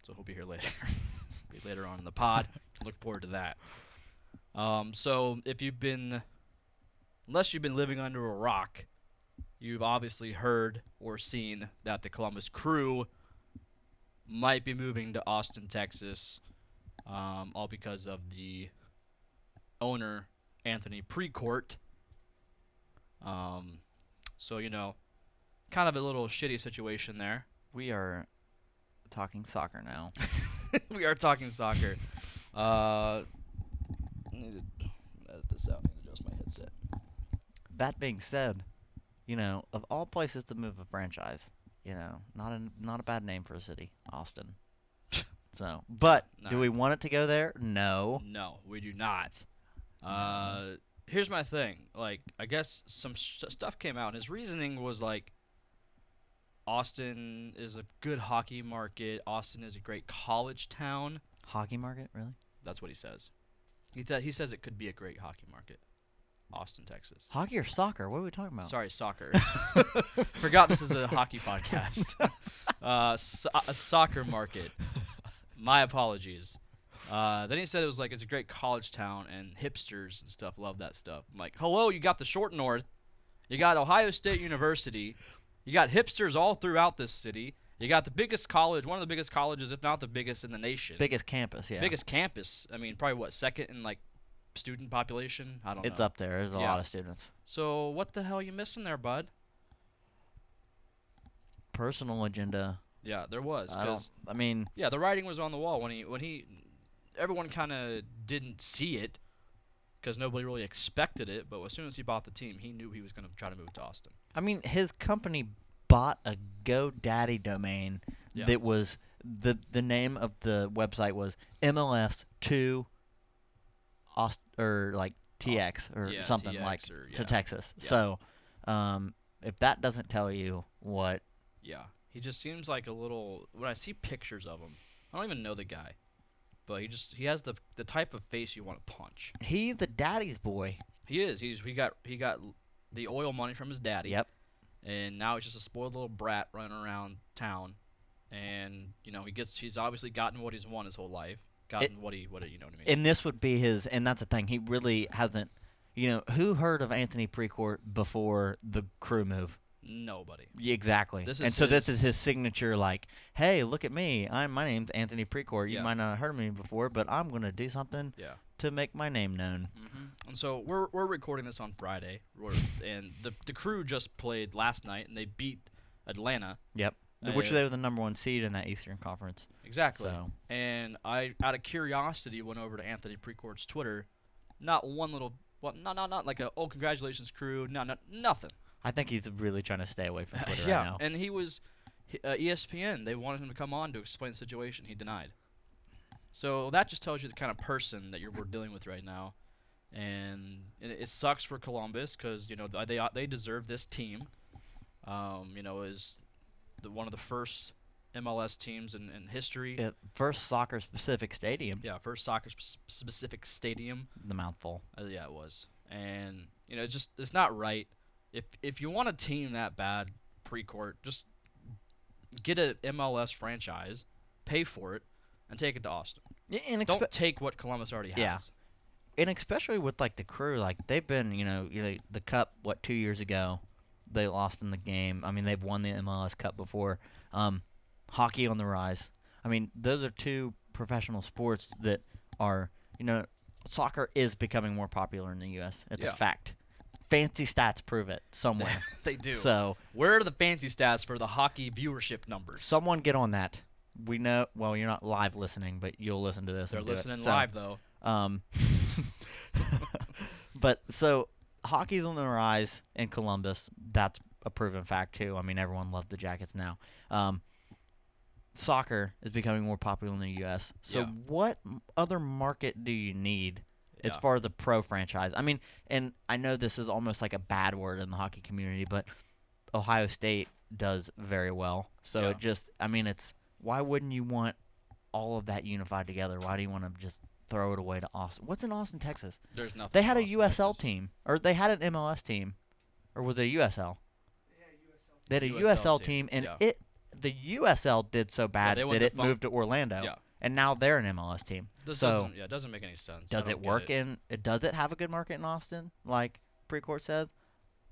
Speaker 5: So he'll be here later, be later on in the pod. Look forward to that. Um, so if you've been, unless you've been living under a rock, you've obviously heard or seen that the Columbus Crew might be moving to Austin, Texas, um, all because of the owner Anthony Precourt. Um, so you know, kind of a little shitty situation there.
Speaker 6: We are talking soccer now.
Speaker 5: we are talking soccer. Uh, I need to edit this out. I need to adjust my headset.
Speaker 6: that being said, you know, of all places to move a franchise, you know, not a not a bad name for a city, Austin. so, but do
Speaker 5: Nah.
Speaker 6: we want it to go there? No.
Speaker 5: No, we do not. Uh, here's my thing. Like, I guess some st- stuff came out, and his reasoning was like, Austin is a good hockey market. Austin is a great college town.
Speaker 6: Hockey market, really?
Speaker 5: That's what he says. He, th- he says it could be a great hockey market. Austin, Texas.
Speaker 6: Hockey or soccer? What are we talking about?
Speaker 5: Sorry, soccer. Forgot this is a hockey podcast. Uh, so- a soccer market. My apologies. Uh, then he said it was like it's a great college town and hipsters and stuff love that stuff. I'm like, hello, you got the short north, you got Ohio State University, you got hipsters all throughout this city. You got the biggest college, one of the biggest colleges, if not the biggest in the nation.
Speaker 6: Biggest campus, yeah.
Speaker 5: Biggest campus. I mean, probably what second in like student population. I don't know.
Speaker 6: It's up there. There's a
Speaker 5: uh, Yeah.
Speaker 6: lot of students.
Speaker 5: So what the hell you missing there, bud?
Speaker 6: Personal agenda.
Speaker 5: Yeah, there was.
Speaker 6: I don't.
Speaker 5: 'cause-
Speaker 6: I mean,
Speaker 5: yeah, the writing was on the wall when he when he. Everyone kind of didn't see it because nobody really expected it. But as soon as he bought the team, he knew he was going to try to move to Austin.
Speaker 6: I mean, his company bought a GoDaddy domain
Speaker 5: Yeah.
Speaker 6: that was the the name of the website was MLS two, Aust- or like TX or
Speaker 5: yeah,
Speaker 6: something
Speaker 5: TX
Speaker 6: like
Speaker 5: or- yeah.
Speaker 6: to Texas.
Speaker 5: Yeah.
Speaker 6: So, um, if that doesn't tell you what,
Speaker 5: Yeah, he just seems like a little. When I see pictures of him, I don't even know the guy, but he just he has the the type of face you want to punch.
Speaker 6: he's a daddy's boy.
Speaker 5: He is. He's he got he got l- the oil money from his daddy.
Speaker 6: Yep.
Speaker 5: And now he's just a spoiled little brat running around town, and you know he gets he's obviously gotten what he's won his whole life. Gotten what he what he- you know what I mean.
Speaker 6: And this would be his, and that's the thing. He really hasn't, you know, who heard of Anthony Precourt before the crew move?
Speaker 5: Nobody.
Speaker 6: Yeah, Exactly.
Speaker 5: This
Speaker 6: and
Speaker 5: is
Speaker 6: so this is his
Speaker 5: his-
Speaker 6: signature, like, hey, look at me. I'm my name's Anthony Precourt. You
Speaker 5: Yeah.
Speaker 6: might not have heard of me before, but I'm gonna do something
Speaker 5: Yeah. Mm-hmm.
Speaker 6: to make my name known.
Speaker 5: And so we're we're recording this on Friday, We're- and the the crew just played last night, and they beat Atlanta.
Speaker 6: Yep.
Speaker 5: Uh,
Speaker 6: Which they were the number one seed in that Eastern Conference.
Speaker 5: Exactly.
Speaker 6: So-
Speaker 5: And I, out of curiosity, went over to Anthony Precourt's Twitter. Not one little, well, not not not like a oh congratulations crew, no no nothing.
Speaker 6: I think he's really trying to stay away from Twitter right now.
Speaker 5: And he was he- uh, ESPN. They wanted him to come on to explain the situation. He denied. So that just tells you the kind of person that you're we're dealing with right now, and it, it sucks for Columbus because you know th- they ought- they deserve this team. Um, you know, is the, one of the first MLS teams in, in history.
Speaker 6: Yeah, first soccer specific stadium.
Speaker 5: Yeah, first soccer sp- specific stadium.
Speaker 6: The mouthful.
Speaker 5: Uh, yeah, it was. And you know, it's just it's not right. If if you want a team that bad pre-court, just get a MLS franchise, pay for it, and take it to Austin.
Speaker 6: Yeah, and
Speaker 5: Don't
Speaker 6: expe-
Speaker 5: take what Columbus already has.
Speaker 6: Yeah. and especially with like the crew, like they've been, you know, you know, the cup. What two years ago, they lost in the game. I mean, they've won the MLS Cup before. Um, hockey on the rise. I mean, those are two professional sports that are, you know, soccer is becoming more popular in the U.S. It's
Speaker 5: Yeah.
Speaker 6: a fact. Fancy stats prove it somewhere.
Speaker 5: They do.
Speaker 6: So
Speaker 5: Where are the fancy stats for the hockey viewership numbers?
Speaker 6: someone get on that. We know. Well, you're not live listening, but you'll listen to this.
Speaker 5: They're
Speaker 6: and do it.
Speaker 5: listening
Speaker 6: So-
Speaker 5: live though.
Speaker 6: Um, but so hockey's on the rise in Columbus. That's a proven fact too. I mean, everyone loves the Jackets now. Um, soccer is becoming more popular in the U.S. So
Speaker 5: Yeah.
Speaker 6: what m- other market do you need? As
Speaker 5: Yeah.
Speaker 6: far as a pro franchise, I mean, and I know this is almost like a bad word in the hockey community, but Ohio State does very well. So
Speaker 5: Yeah.
Speaker 6: it just, I mean, it's why wouldn't you want all of that unified together? Why do you want to just throw it away to Austin? What's in Austin, Texas?
Speaker 5: There's nothing.
Speaker 6: They
Speaker 5: in
Speaker 6: had a
Speaker 5: Austin,
Speaker 6: USL
Speaker 5: Texas.
Speaker 6: team, or they had an MLS team, or was it a USL? They had a
Speaker 5: USL
Speaker 6: USL
Speaker 5: team,
Speaker 6: team, and
Speaker 5: yeah.
Speaker 6: it the USL did so bad
Speaker 5: they went
Speaker 6: that
Speaker 5: to
Speaker 6: it
Speaker 5: fun-
Speaker 6: moved to Orlando,
Speaker 5: Yeah.
Speaker 6: and now they're an MLS team.
Speaker 5: This
Speaker 6: so
Speaker 5: doesn't, yeah, it doesn't make any sense. I
Speaker 6: does
Speaker 5: don't get
Speaker 6: it work in? It, does it have a good market in Austin, like Precourt says?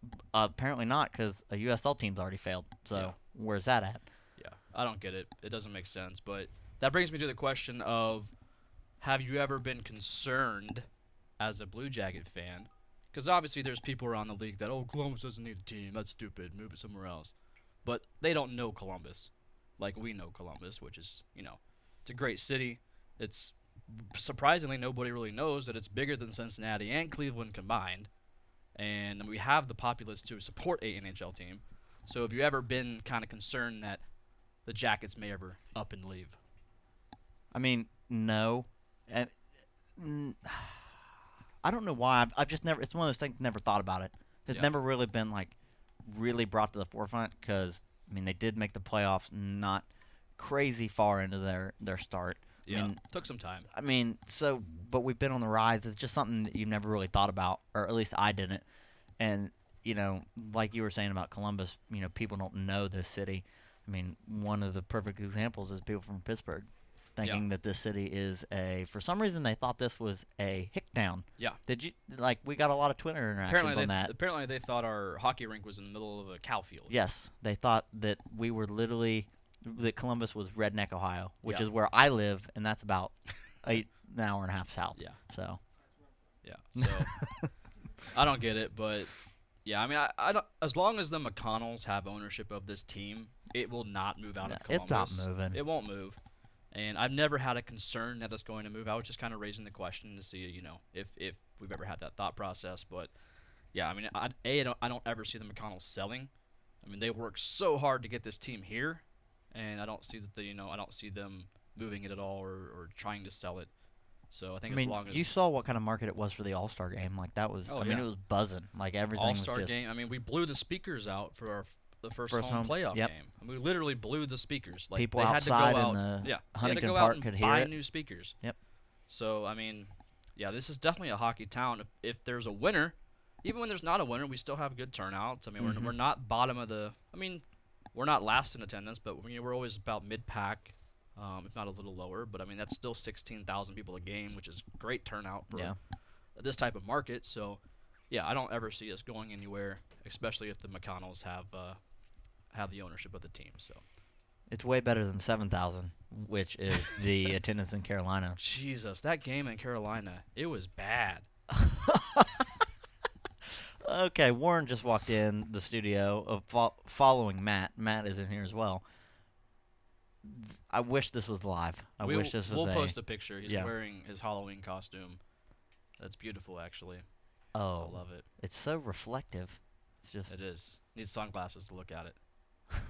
Speaker 6: B- apparently not, because a USL team's already failed. So
Speaker 5: Yeah.
Speaker 6: where's that at?
Speaker 5: Yeah, I don't get it. It doesn't make sense. But that brings me to the question of have you ever been concerned as a Blue Jacket fan? Because obviously there's people around the league that, oh, Columbus doesn't need a team. That's stupid. Move it somewhere else. But they don't know Columbus like we know Columbus, which is, you know, it's a great city. It's surprisingly nobody really knows that it's bigger than Cincinnati and Cleveland combined and we have the populace to support a NHL team. So have you ever been kind of concerned that the Jackets may ever up and leave?
Speaker 6: I mean, no. And, mm, I don't know why. I've, I've just never. It's one of those things. Never thought about it. It's
Speaker 5: Yeah.
Speaker 6: never really been like really brought to the forefront because I mean they did make the playoffs, not crazy far into their their start. I mean,
Speaker 5: took some time.
Speaker 6: I mean, so but we've been on the rise. It's just something that you've never really thought about, or at least I didn't. And you know, like you were saying about Columbus, you know, people don't know this city. I mean, one of the perfect examples is people from Pittsburgh thinking that this city is a. For some reason, they thought this was a hick town.
Speaker 5: Yeah.
Speaker 6: Did you like? We got a lot of Twitter interactions
Speaker 5: Apparently they,
Speaker 6: on that.
Speaker 5: apparently they thought our hockey rink was in the middle of a cow field.
Speaker 6: Yes, they thought that we were literally that Columbus was redneck Ohio, which
Speaker 5: Yeah.
Speaker 6: is where I live, and that's about eight, an hour and a half south.
Speaker 5: Yeah.
Speaker 6: So
Speaker 5: Yeah. So I don't get it, but yeah, I mean, I, I don't, as long as the McConnells have ownership of this team, it will not move out
Speaker 6: No,
Speaker 5: of
Speaker 6: it's
Speaker 5: Columbus.
Speaker 6: not moving.
Speaker 5: It won't move. And I've never had a concern that it's going to move. I was just kind of raising the question to see, you know, if if we've ever had that thought process. But yeah, I mean, I, a I don't, I don't ever see the McConnells selling. I mean, they worked so hard to get this team here, and I don't see that they, you know, I don't see them moving it at all or, or trying to sell it. So I
Speaker 6: I
Speaker 5: think as
Speaker 6: mean,
Speaker 5: long as
Speaker 6: you saw what kind of market it was for the All Star game. Like that was,
Speaker 5: Oh,
Speaker 6: I mean,
Speaker 5: yeah.
Speaker 6: it was buzzing. Like everything
Speaker 5: All Star
Speaker 6: was just,
Speaker 5: game. I mean, we blew the speakers out for our f- the first,
Speaker 6: First
Speaker 5: home,
Speaker 6: home,
Speaker 5: playoff
Speaker 6: yep.
Speaker 5: game. I mean, we literally blew the speakers. Like
Speaker 6: People
Speaker 5: they had
Speaker 6: outside
Speaker 5: to
Speaker 6: in
Speaker 5: go out.
Speaker 6: the
Speaker 5: yeah, they had to
Speaker 6: Huntington
Speaker 5: go
Speaker 6: Park
Speaker 5: out and
Speaker 6: could hear
Speaker 5: buy
Speaker 6: it.
Speaker 5: new speakers.
Speaker 6: Yep.
Speaker 5: So I mean, yeah, this is definitely a hockey town. If, if there's a winner, even when there's not a winner, we still have good turnouts. I mean, we're, we're not bottom of the. I mean, we're not last in attendance, but I mean, we're always about mid pack, um, if not a little lower. But I mean, that's still 16,000 people a game, which is great turnout for
Speaker 6: Yeah.
Speaker 5: this type of market. So, yeah, I don't ever see us going anywhere, especially if the McConnells have uh, have the ownership of the team. So,
Speaker 6: It's way better than 7,000, which is the attendance in Carolina.
Speaker 5: Jesus, that game in Carolina, it was bad.
Speaker 6: Okay, Warren just walked in the studio of fo- following Matt. Matt is in here as well. Th- I wish this was live. I
Speaker 5: we
Speaker 6: wish this was
Speaker 5: We'll
Speaker 6: a,
Speaker 5: post a picture. He's
Speaker 6: yeah.
Speaker 5: wearing his Halloween costume. That's beautiful, actually.
Speaker 6: Oh,
Speaker 5: I love it.
Speaker 6: it's so reflective. It's just
Speaker 5: It is. Needs sunglasses to look at it.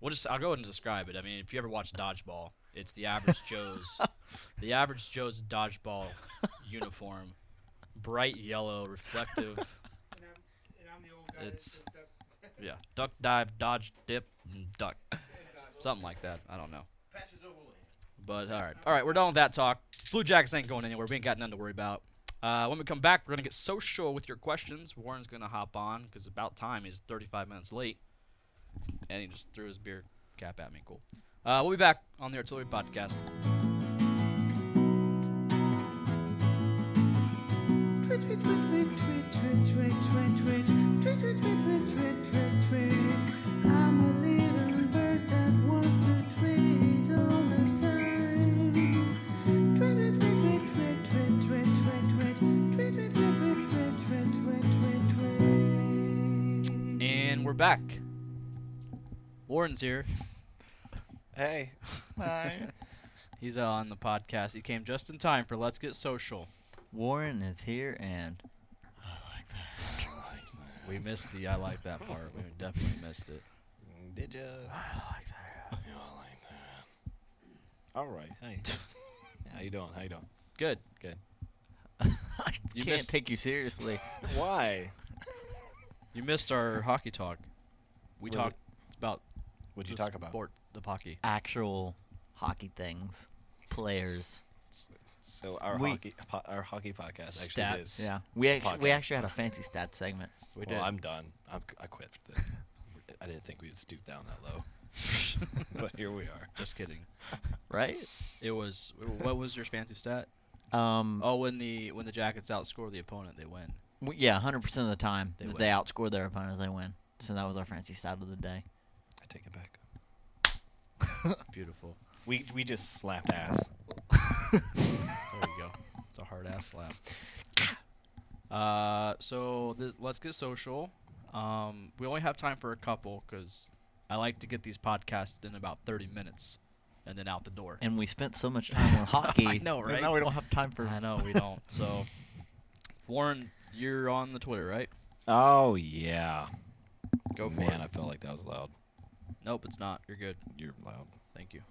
Speaker 5: we'll just I'll go ahead and describe it. I mean, if you ever watch Dodgeball, it's the average Joe's the average Joe's dodgeball uniform. Bright yellow, reflective.
Speaker 7: And I'm, and I'm the old guy. that
Speaker 5: It's-
Speaker 7: just, uh,
Speaker 5: Yeah. Duck dive, dodge, dip, and duck. Something like that. I don't know. But all right, all right, we're done with that talk. Blue Jackets ain't going anywhere. We ain't got nothing to worry about. Uh, when we come back, we're gonna get social with your questions. Warren's gonna hop on because about time. He's 35 minutes late, and he just threw his beer cap at me. Cool. Uh, we'll be back on the Artillery Podcast. And we're back. Warren's here.
Speaker 1: Hey. Hi.
Speaker 5: He's on the podcast. He came just in time for Let's Get Social.
Speaker 6: Warren is here and
Speaker 5: We missed the I like that part. We definitely missed it.
Speaker 1: Did ya? I like that. You all like that. All right. Hey. How you doing? How you doing?
Speaker 5: Good.
Speaker 1: Good.
Speaker 6: I
Speaker 5: You
Speaker 6: can't
Speaker 5: missed-
Speaker 6: take you seriously.
Speaker 1: Why?
Speaker 5: You missed our hockey talk. We
Speaker 1: Was it-
Speaker 5: talked about
Speaker 1: What'd you
Speaker 5: the
Speaker 1: talk about?
Speaker 5: sport of hockey.
Speaker 6: Actual hockey things, players.
Speaker 1: So our
Speaker 6: We-
Speaker 1: hockey, po- our hockey podcast actually
Speaker 5: Stats.
Speaker 1: is.
Speaker 6: Yeah, we actually, we
Speaker 1: Podcast.
Speaker 6: actually had a fancy stats segment.
Speaker 5: We
Speaker 1: well,
Speaker 5: did.
Speaker 1: I'm done. I'm, c- I quit for this. I didn't think we would stoop down that low. but here we are.
Speaker 5: Just kidding.
Speaker 6: Right?
Speaker 5: It was what was your fancy stat?
Speaker 6: Um.
Speaker 5: Oh, when the when the Jackets outscore the opponent, they win.
Speaker 6: w- Yeah, hundred percent of the time
Speaker 5: They
Speaker 6: that
Speaker 5: win.
Speaker 6: they outscore their opponents, they win. So that was our fancy stat of the day.
Speaker 1: I take it back.
Speaker 5: Beautiful.
Speaker 1: We we just slapped ass.
Speaker 5: There you go. It's a hard ass slap. Uh, so this, let's get social. Um, we only have time for a couple because I like to get these podcasts in about 30 minutes and then out the door.
Speaker 6: And we spent so much time on hockey.
Speaker 5: I know,
Speaker 6: and
Speaker 5: right?
Speaker 6: Now we don't have time for.
Speaker 5: I know we don't. So, Warren, you're on the Twitter, right?
Speaker 1: Oh yeah.
Speaker 5: Go for
Speaker 1: Man,
Speaker 5: it.
Speaker 1: I felt like that was loud.
Speaker 5: Nope, it's not. You're good.
Speaker 1: You're loud.
Speaker 5: Thank you.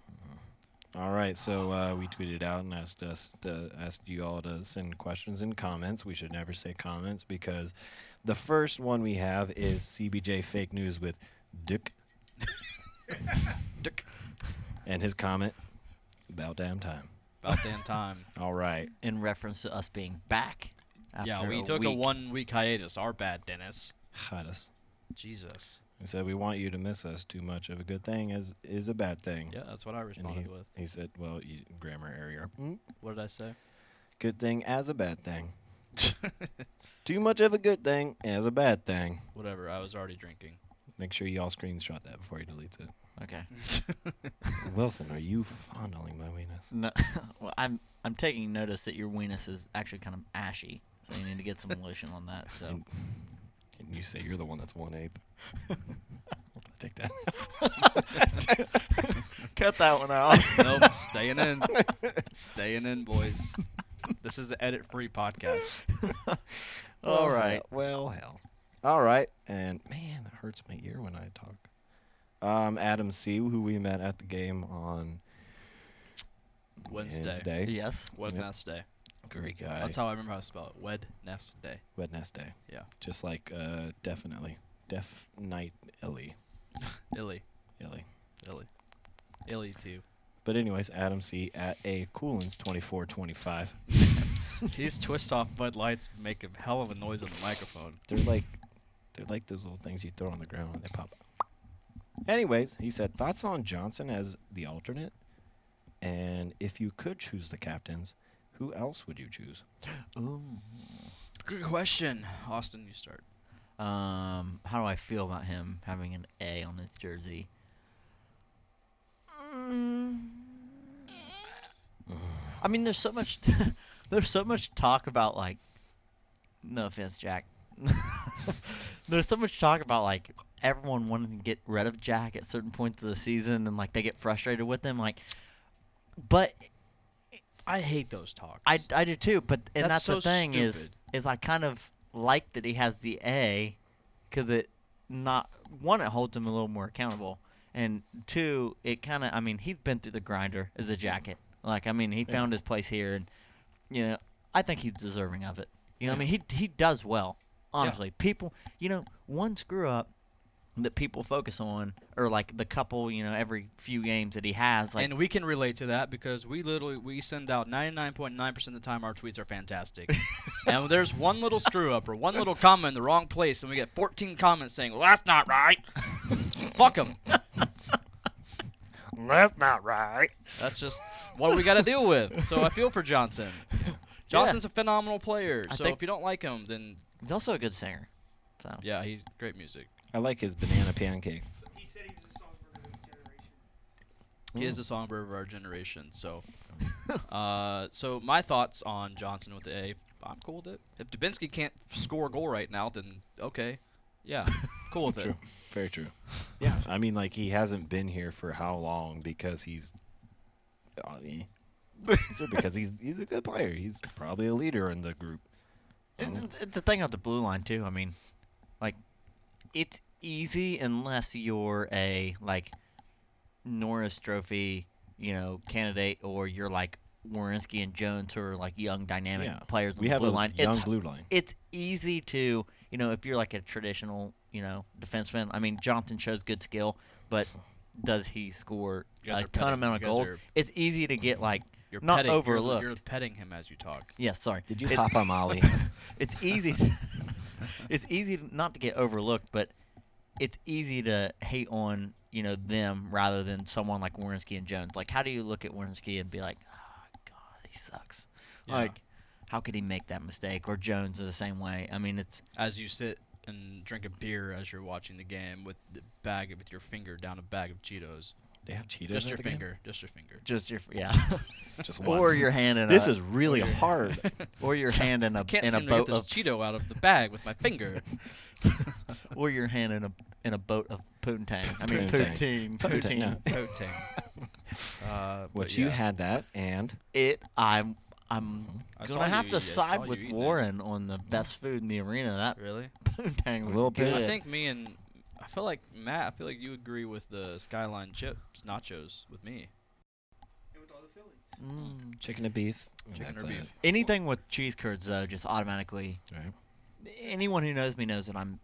Speaker 1: All right, so uh, we tweeted out and asked us to, asked you all to send questions and comments. We should never say comments because the first one we have is CBJ fake news with Dick. Dick. And his comment about damn time.
Speaker 5: About damn time.
Speaker 1: All right.
Speaker 6: In reference to us being back. After
Speaker 5: yeah, we
Speaker 6: a
Speaker 5: took a
Speaker 6: week.
Speaker 5: one week hiatus. Our bad, Dennis.
Speaker 1: Hot us.
Speaker 5: Jesus.
Speaker 1: We said we want you to miss us too much of a good thing is is a bad thing.
Speaker 5: Yeah, that's what I
Speaker 1: And
Speaker 5: responded
Speaker 1: he,
Speaker 5: with.
Speaker 1: he said, well, you, grammar Hmm? error.
Speaker 5: What did I say?
Speaker 1: Good thing as a bad thing. too much of a good thing as a bad thing.
Speaker 5: Whatever. I was already drinking.
Speaker 1: Make sure y'all screenshot that before he deletes it.
Speaker 6: Okay.
Speaker 1: Wilson, are you fondling my weenus?
Speaker 6: No, well, I'm I'm taking notice that your weenus is actually kind of ashy, so you need to get some lotion on that. So
Speaker 1: And you say you're the one that's one eighth. Take that.
Speaker 6: cut that one out.
Speaker 5: nope. Staying in. Staying in, boys. This is an edit free podcast.
Speaker 6: All right.
Speaker 1: Well, hell. All right. And man, it hurts my ear when I talk. Um, Adam C, who we met at the game on
Speaker 5: Wednesday.
Speaker 1: Wednesday.
Speaker 6: Yes.
Speaker 5: Wednesday.
Speaker 1: Great guy.
Speaker 5: That's how I remember how to spell it. Wednesday.
Speaker 1: Wednesday.
Speaker 5: Yeah.
Speaker 1: Just like uh, definitely. Def night Illy.
Speaker 5: Illy.
Speaker 1: Illy.
Speaker 5: Illy. Illy, too.
Speaker 1: But anyways, Adam C at a coolins twenty four twenty five.
Speaker 5: These twist off Bud Lights make a hell of a noise on the microphone.
Speaker 8: They're like they're like those little things you throw on the ground when they pop. Anyways, he said thoughts on Johnson as the alternate, and if you could choose the captains, who else would you choose?
Speaker 5: Good question. Austin, you start.
Speaker 6: Um, how do I feel about him having an A on his jersey? Mm. I mean, there's so much, there's so much talk about like, no offense, Jack. there's so much talk about like everyone wanting to get rid of Jack at certain points of the season, and like they get frustrated with him. Like, but
Speaker 5: I hate those talks.
Speaker 6: I, I do too, but and
Speaker 5: That's
Speaker 6: that's,
Speaker 5: so
Speaker 6: the thing
Speaker 5: stupid.
Speaker 6: is is I kind of like that he has the A, because it not one it holds him a little more accountable, and two it kind of I mean he's been through the grinder as a jacket. Like I mean he found his place here, and you know I think he's deserving of it. You know I mean he he does well. Honestly, people you know one screw up that people focus on or like the couple you know every few games that he has like
Speaker 5: and we can relate to that because we literally we send out 99.9% of the time our tweets are fantastic. and when there's one little screw up or one little comment in the wrong place and we get 14 comments saying, "Well, that's not right." Fuck them.
Speaker 8: That's not right.
Speaker 5: That's just what we got to deal with. So I feel for Johnson. Johnson's a phenomenal player.
Speaker 6: I
Speaker 5: so
Speaker 6: think-
Speaker 5: if you don't like him, then
Speaker 6: he's also a good singer. So
Speaker 5: yeah, he's great music.
Speaker 8: I like his banana pancakes.
Speaker 9: He said he was a songbird of his generation.
Speaker 5: He
Speaker 6: Mm.
Speaker 5: is the songbird of our generation. So, uh, so my thoughts on Johnson with the A, I'm cool with it. If Dubinsky can't score a goal right now, then okay, yeah, cool with it.
Speaker 8: True. Very true. Yeah. I mean, like he hasn't been here for how long because he's. Oh, eh. Is it because he's he's a good player. He's probably a leader in the group.
Speaker 6: And
Speaker 5: Mm.
Speaker 6: th- it's a thing about the blue line too. I mean, like, it's easy unless you're a like Norris Trophy, you know, candidate, or you're like Warinsky and Jones, who are like young, dynamic
Speaker 8: Yeah.
Speaker 6: players. on
Speaker 8: We
Speaker 6: the
Speaker 8: have
Speaker 6: blue
Speaker 8: a
Speaker 6: line.
Speaker 8: young
Speaker 6: it's,
Speaker 8: blue line.
Speaker 6: It's easy to you know if you're like a traditional you know defenseman. I mean, Johnson shows good skill, but does he score
Speaker 5: You guys
Speaker 6: a
Speaker 5: are
Speaker 6: ton
Speaker 5: petting-
Speaker 6: amount
Speaker 5: you
Speaker 6: of
Speaker 5: guys
Speaker 6: goals?
Speaker 5: are-
Speaker 6: It's easy to get like
Speaker 5: You're
Speaker 6: not
Speaker 5: petting, you're-
Speaker 6: overlooked.
Speaker 5: You're, petting him as you talk.
Speaker 6: yeah, sorry.
Speaker 8: Did you
Speaker 6: It's-
Speaker 8: pop a Molly?
Speaker 6: it's easy. it's easy not to get overlooked, but it's easy to hate on you know them rather than someone like Warrenski and Jones. Like, how do you look at Warrenski and be like, oh, God, he sucks?
Speaker 5: Yeah.
Speaker 6: Like, how could he make that mistake? Or Jones is the same way. I mean, it's
Speaker 5: As you sit and drink a beer as you're watching the game with the bag with your finger down a bag of Cheetos.
Speaker 8: They have Cheetos.
Speaker 5: Just
Speaker 8: at
Speaker 5: your
Speaker 8: the game?
Speaker 5: finger. Just your finger.
Speaker 6: just your yeah,
Speaker 8: Just one.
Speaker 6: or your hand in
Speaker 8: This
Speaker 6: a,
Speaker 8: is really hard.
Speaker 6: or your hand in a
Speaker 5: Can't
Speaker 6: in a
Speaker 5: seem to get
Speaker 6: boat
Speaker 5: this
Speaker 6: of
Speaker 5: Cheeto out of the bag with my finger.
Speaker 6: or your hand in a in a boat of poontang. I mean poutine,
Speaker 8: Poontang. Poontang,
Speaker 6: poutine.
Speaker 8: no.
Speaker 5: Protein. Uh, but
Speaker 8: What you
Speaker 5: yeah.
Speaker 8: had that and
Speaker 6: it I'm I'm
Speaker 5: I saw
Speaker 6: gonna have
Speaker 5: you
Speaker 6: to
Speaker 5: eat- I saw
Speaker 6: side
Speaker 5: you
Speaker 6: with
Speaker 5: eat that.
Speaker 6: Warren on the best food in the arena. That
Speaker 5: Really?
Speaker 6: poontang was
Speaker 8: little bit.
Speaker 6: good.
Speaker 5: I think me and I feel like Matt. I feel like you agree with the Skyline chips nachos with me.
Speaker 9: And with all the fillings.
Speaker 6: Mm.
Speaker 8: chicken and beef. and
Speaker 5: Chicken
Speaker 8: that's
Speaker 5: or beef?
Speaker 8: it,
Speaker 6: anything with cheese curds though, just automatically.
Speaker 8: right?
Speaker 6: Anyone who knows me knows that I'm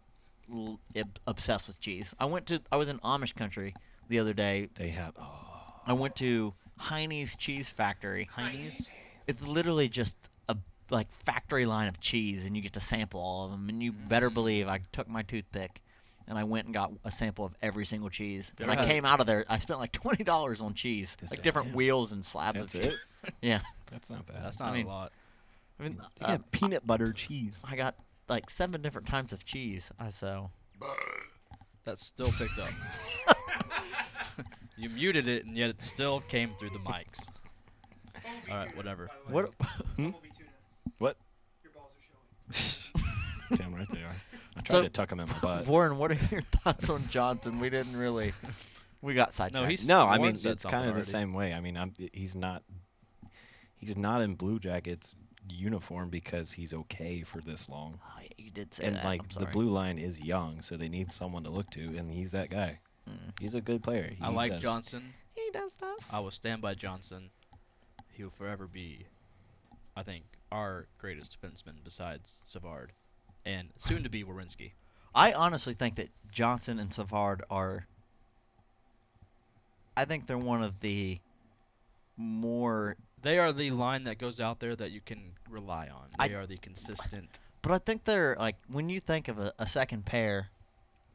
Speaker 6: l- ob- obsessed with cheese. I went to I was in Amish country the other day.
Speaker 8: They have. Oh,
Speaker 6: I went to Heine's Cheese Factory.
Speaker 5: Chinese.
Speaker 6: It's literally just a like factory line of cheese, and you get to sample all of them. And you
Speaker 8: Mm.
Speaker 6: better believe I took my toothpick, and I went and got a sample of every single cheese. And
Speaker 5: Right.
Speaker 6: I came out of there. I spent like twenty dollars on cheese,
Speaker 8: That's
Speaker 6: like
Speaker 8: it.
Speaker 6: different wheels and slabs.
Speaker 8: that's
Speaker 6: of
Speaker 8: it.
Speaker 6: cheese. Yeah,
Speaker 8: That's not bad.
Speaker 5: That's not
Speaker 6: mean-
Speaker 5: a lot.
Speaker 6: I mean,
Speaker 8: They
Speaker 6: uh,
Speaker 8: have peanut butter cheese.
Speaker 6: I got like seven different types of cheese. I so
Speaker 5: That's still picked up. you muted it, and yet it still came through the mics.
Speaker 9: Bumblebee
Speaker 5: All right,
Speaker 9: tuna,
Speaker 5: whatever.
Speaker 9: by the way.
Speaker 6: what?
Speaker 9: Bumblebee tuna.
Speaker 8: What?
Speaker 9: Your balls are showing.
Speaker 8: Damn right they are. I tried
Speaker 6: So-
Speaker 8: to tuck them in my butt.
Speaker 6: Warren, what are your thoughts on Johnson? We didn't really. We got sidetracked.
Speaker 5: he's-
Speaker 8: No, I mean
Speaker 5: Warren said
Speaker 8: it's kind of
Speaker 5: something
Speaker 8: the same way. I mean, I'm, he's not he's not in Blue Jackets uniform because he's okay for this long,
Speaker 6: Oh, yeah, you did say
Speaker 8: and
Speaker 6: that.
Speaker 8: like
Speaker 6: I'm
Speaker 8: the
Speaker 6: sorry.
Speaker 8: blue line is young, so they need someone to look to, and he's that guy.
Speaker 6: Hmm.
Speaker 8: He's a good player.
Speaker 5: I
Speaker 8: He
Speaker 5: like
Speaker 8: does-
Speaker 5: Johnson.
Speaker 6: He does stuff.
Speaker 5: I will stand by Johnson. He will forever be, I think, our greatest defenseman besides Savard, and soon to be Warinsky.
Speaker 6: I honestly think that Johnson and Savard are. I think they're one of the more
Speaker 5: They are the line that goes out there that you can rely on.
Speaker 6: I-
Speaker 5: They are the consistent.
Speaker 6: But I think they're like when you think of a, a second pair,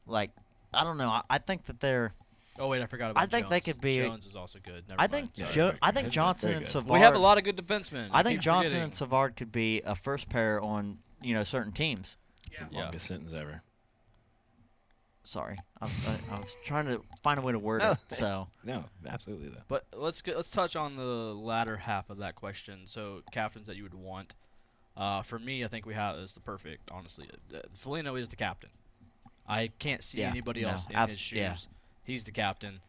Speaker 6: like I don't know. I, I think that they're.
Speaker 5: Oh wait, I forgot about.
Speaker 6: I think they
Speaker 5: Jones.
Speaker 6: could be-
Speaker 5: Jones is also good. Never
Speaker 6: I
Speaker 5: mind.
Speaker 6: think
Speaker 8: Yeah,
Speaker 5: Sorry.
Speaker 8: Jo-
Speaker 6: jo-
Speaker 8: very
Speaker 6: I
Speaker 8: good.
Speaker 6: think
Speaker 8: That's
Speaker 6: Johnson
Speaker 8: very
Speaker 6: and
Speaker 8: good.
Speaker 6: Savard.
Speaker 5: we have a lot of good defensemen.
Speaker 6: I think
Speaker 5: keep
Speaker 6: Johnson
Speaker 5: forgetting.
Speaker 6: and Savard could be a first pair on you know certain teams.
Speaker 9: Yeah.
Speaker 5: Yeah.
Speaker 8: Longest sentence ever.
Speaker 6: Sorry, I was, I, I was trying to find a way to word it. So
Speaker 8: No, absolutely though.
Speaker 5: But let's go, let's touch on the latter half of that question. So captains that you would want. Uh, for me, I think we have is the perfect. Honestly, Uh, Foligno is the captain. I can't see
Speaker 6: Yeah,
Speaker 5: anybody
Speaker 6: no,
Speaker 5: else in
Speaker 6: ab-
Speaker 5: his shoes.
Speaker 6: yeah.
Speaker 5: He's the captain.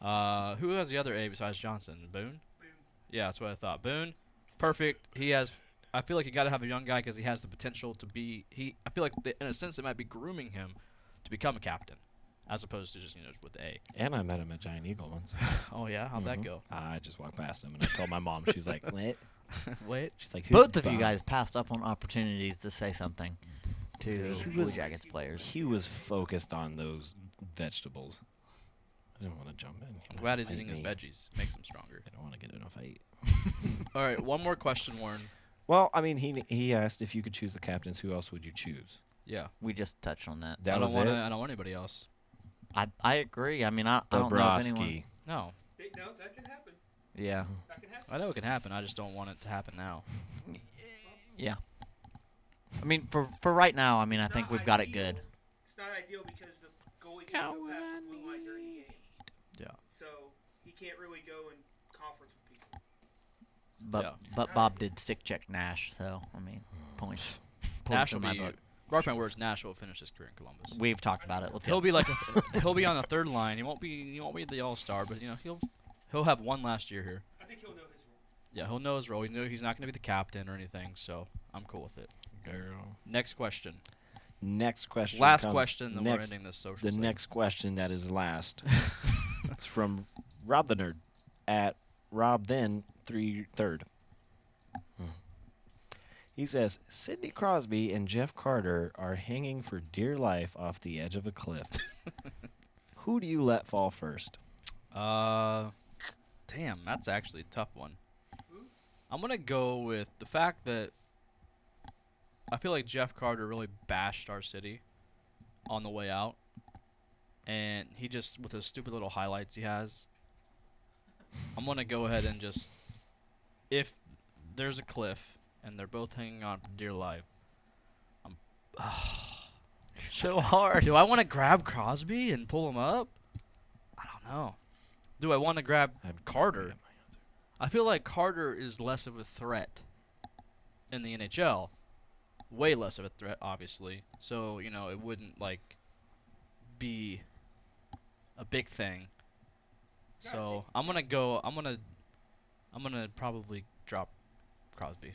Speaker 5: Uh, who has the other A besides Johnson? Boone. Yeah, that's what I thought. Boone, perfect. He has. I feel like you got to have a young guy because he has the potential to be. He. I feel like th- in a sense it might be grooming him to become a captain, as opposed to just you know with the A.
Speaker 8: And I met him at Giant Eagle once.
Speaker 5: Oh yeah, how'd that
Speaker 8: Mhm.
Speaker 5: go?
Speaker 8: I just walked past him and I told my mom. She's like, "What?"
Speaker 5: Wait.
Speaker 8: She's like,
Speaker 6: both of you guys passed up on opportunities to say something to
Speaker 8: He
Speaker 6: Blue
Speaker 8: was-
Speaker 6: Jackets players.
Speaker 8: He was focused on those vegetables. I didn't want to jump in.
Speaker 5: I'm glad he's eating his
Speaker 8: me.
Speaker 5: veggies. Makes him stronger.
Speaker 8: I don't want to get in a fight.
Speaker 5: All right, one more question, Warren.
Speaker 8: Well, I mean, he he asked if you could choose the captains. Who else would you choose?
Speaker 5: Yeah,
Speaker 6: We just touched on that.
Speaker 8: That
Speaker 5: I don't
Speaker 8: was
Speaker 5: want
Speaker 8: it.
Speaker 5: I don't want anybody else.
Speaker 6: I I agree. I mean, I, I don't know if anyone.
Speaker 8: Bobrovsky.
Speaker 5: No,
Speaker 9: They, no, that can happen.
Speaker 6: Yeah,
Speaker 9: That can happen.
Speaker 5: I know it can happen. I just don't want it to happen now.
Speaker 6: yeah. I mean, for for right now, I mean, I
Speaker 9: It's
Speaker 6: think
Speaker 9: not
Speaker 6: we've got it
Speaker 9: ideal.
Speaker 6: good.
Speaker 9: It's not ideal because the goalie can't go past the blue line during the game.
Speaker 5: Yeah.
Speaker 9: So he can't really go and conference with people.
Speaker 6: But
Speaker 5: Yeah.
Speaker 6: but Bob did stick check Nash, so I mean, points. points
Speaker 5: Nash will
Speaker 6: in my
Speaker 5: be.
Speaker 6: book.
Speaker 5: Mark my words. Nash will finish his career in Columbus.
Speaker 6: We've talked about it. Let's
Speaker 5: He'll
Speaker 6: go.
Speaker 5: be like a, he'll be on the third line. He won't be he won't be the all star, but you know he'll he'll have one last year here.
Speaker 9: I think he'll know his role.
Speaker 5: Yeah, he'll know his role. He know he's not going to be the captain or anything, so I'm cool with it.
Speaker 8: Girl.
Speaker 5: Next question.
Speaker 8: Next question.
Speaker 5: Last
Speaker 8: comes
Speaker 5: question. Then
Speaker 8: next-
Speaker 5: we're ending this social.
Speaker 8: The
Speaker 5: segment.
Speaker 8: next question that is last. it's from Rob the Nerd at Rob Then Three Third. Hmm. He says Sidney Crosby and Jeff Carter are hanging for dear life off the edge of a cliff. Who do you let fall first?
Speaker 5: Uh, damn, that's actually a tough one. I'm gonna go with the fact that I feel like Jeff Carter really bashed our city on the way out, and he just with those stupid little highlights he has. I'm gonna go ahead and just if there's a cliff and they're both hanging on for dear life.
Speaker 6: so hard.
Speaker 5: Do I want to grab Crosby and pull him up? I don't know. Do I want to grab
Speaker 8: I'm-
Speaker 5: Carter? I feel like Carter is less of a threat in the NHL. Way less of a threat, obviously. So, you know, it wouldn't like be a big thing. So I'm gonna go I'm gonna I'm gonna probably drop Crosby.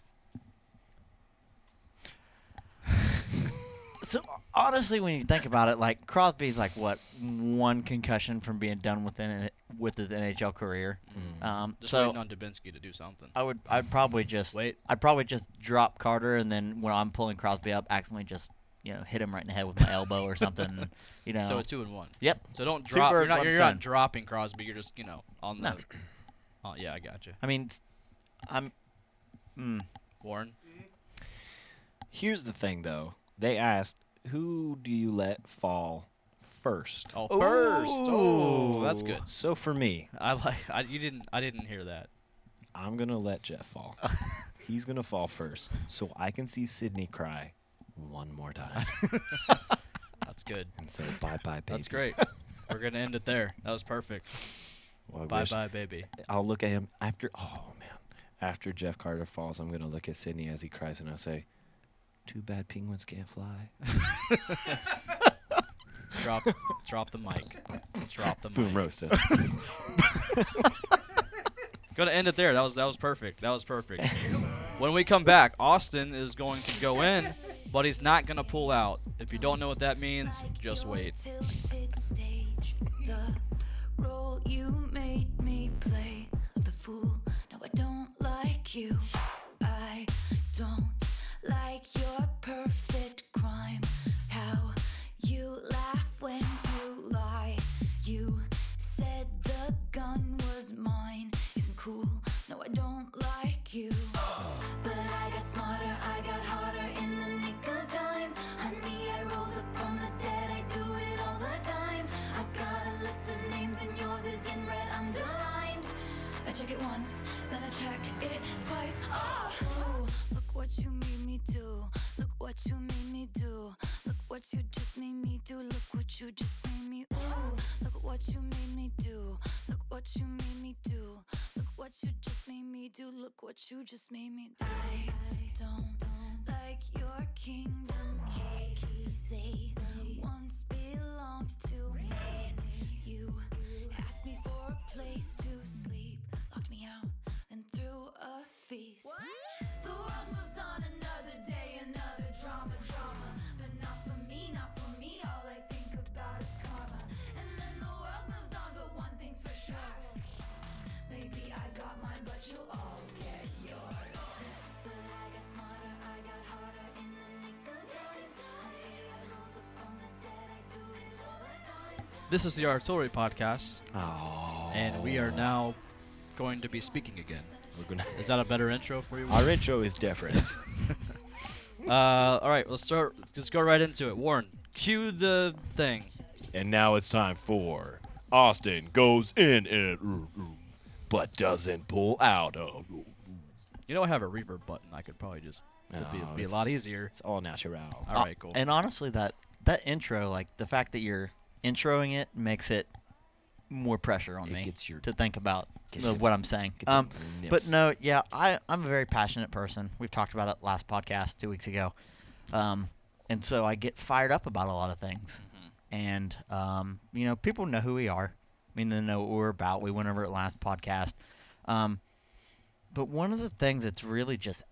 Speaker 6: So honestly, when you think about it, like Crosby's like what one concussion from being done with N- with his NHL career. Um,
Speaker 5: Mm. Just
Speaker 6: so
Speaker 5: waiting on Dubinsky to do something.
Speaker 6: I would I'd probably just
Speaker 5: Wait.
Speaker 6: I'd probably just drop Carter, and then when I'm pulling Crosby up, accidentally just you know hit him right in the head with my elbow or something. You know.
Speaker 5: So a two and one.
Speaker 6: yep.
Speaker 5: So don't
Speaker 6: Two
Speaker 5: drop. You're
Speaker 6: birds,
Speaker 5: not,
Speaker 6: one
Speaker 5: you're not
Speaker 6: stone.
Speaker 5: dropping Crosby. You're just you know on the.
Speaker 6: No.
Speaker 5: Oh yeah, I got you,
Speaker 6: I mean, s- I'm. Mm,
Speaker 5: Warren.
Speaker 8: Here's the thing, though. They asked, "Who do you let fall first?
Speaker 5: Oh, first. Oh, that's good.
Speaker 8: So for me,
Speaker 5: I like. I, you didn't. I didn't hear that.
Speaker 8: I'm gonna let Jeff fall. He's gonna fall first, so I can see Sydney cry one more time
Speaker 5: That's good.
Speaker 8: and say bye bye, baby.
Speaker 5: That's great. We're gonna end it there. That was perfect.
Speaker 8: Well, I
Speaker 5: Bye
Speaker 8: wish-
Speaker 5: bye, baby.
Speaker 8: I'll look at him after. Oh man, after Jeff Carter falls, I'm gonna look at Sydney as he cries and I'll say, "Too bad penguins can't fly."
Speaker 5: Drop. drop the mic. Drop the mic.
Speaker 8: Boom roasted.
Speaker 5: Gonna end it there. That was that was perfect. That was perfect. when we come back, Austin is going to go in, but he's not gonna pull out. If you don't know what that means, just wait.
Speaker 10: Tilted stage, the role you made me play of the fool. No, I don't like you. I don't like your perfect crime. How you laugh when you lie. You said the gun was mine. Isn't cool. No, I don't like. Ah! what you just made me do. Look what you just made me. Ooh, look what you made me do. Look what you made me do. Look what you just made me do. Look what you just made me do. I don't like your kingdom keys. They once belonged to me. You asked me for a place to sleep, locked me out, and threw a feast. The world moves on another day, another drama, drama. But not for me, not for me. All I think about is karma. And then the world moves on, but one thing's for sure. Maybe I got mine, but you'll all get yours. But I got smarter, I got harder in the nick of time. I lay a nose upon the dead, I do it all the time.
Speaker 5: This is the Artillery Podcast, and we are now going to be speaking again.
Speaker 8: We're gonna
Speaker 5: Is that a better intro for you?
Speaker 8: Our intro is different.
Speaker 5: Uh, all right, let's start. Let's go right into it. Warren, cue the thing.
Speaker 8: and now it's time for Austin goes in it, but doesn't pull out. of.
Speaker 5: You know, I have a reverb button. I could probably just. It'd be,
Speaker 8: No,
Speaker 5: it'd be a
Speaker 8: it's-
Speaker 5: lot easier.
Speaker 8: It's all natural.
Speaker 5: All right, cool.
Speaker 6: Uh, And honestly, that that intro, like the fact that you're introing it, makes it more pressure on
Speaker 8: It
Speaker 6: me
Speaker 8: gets your-
Speaker 6: to think about
Speaker 8: gets
Speaker 6: the-
Speaker 8: your-
Speaker 6: what I'm saying.
Speaker 8: gets
Speaker 6: Um,
Speaker 8: your
Speaker 6: but
Speaker 8: nips.
Speaker 6: no, yeah, I I'm a very passionate person. We've talked about it last podcast two weeks ago, um, and so I get fired up about a lot of things.
Speaker 8: Mm-hmm.
Speaker 6: And um, you know, people know who we are. I mean, they know what we're about. We went over it last podcast. Um, but one of the things that's really just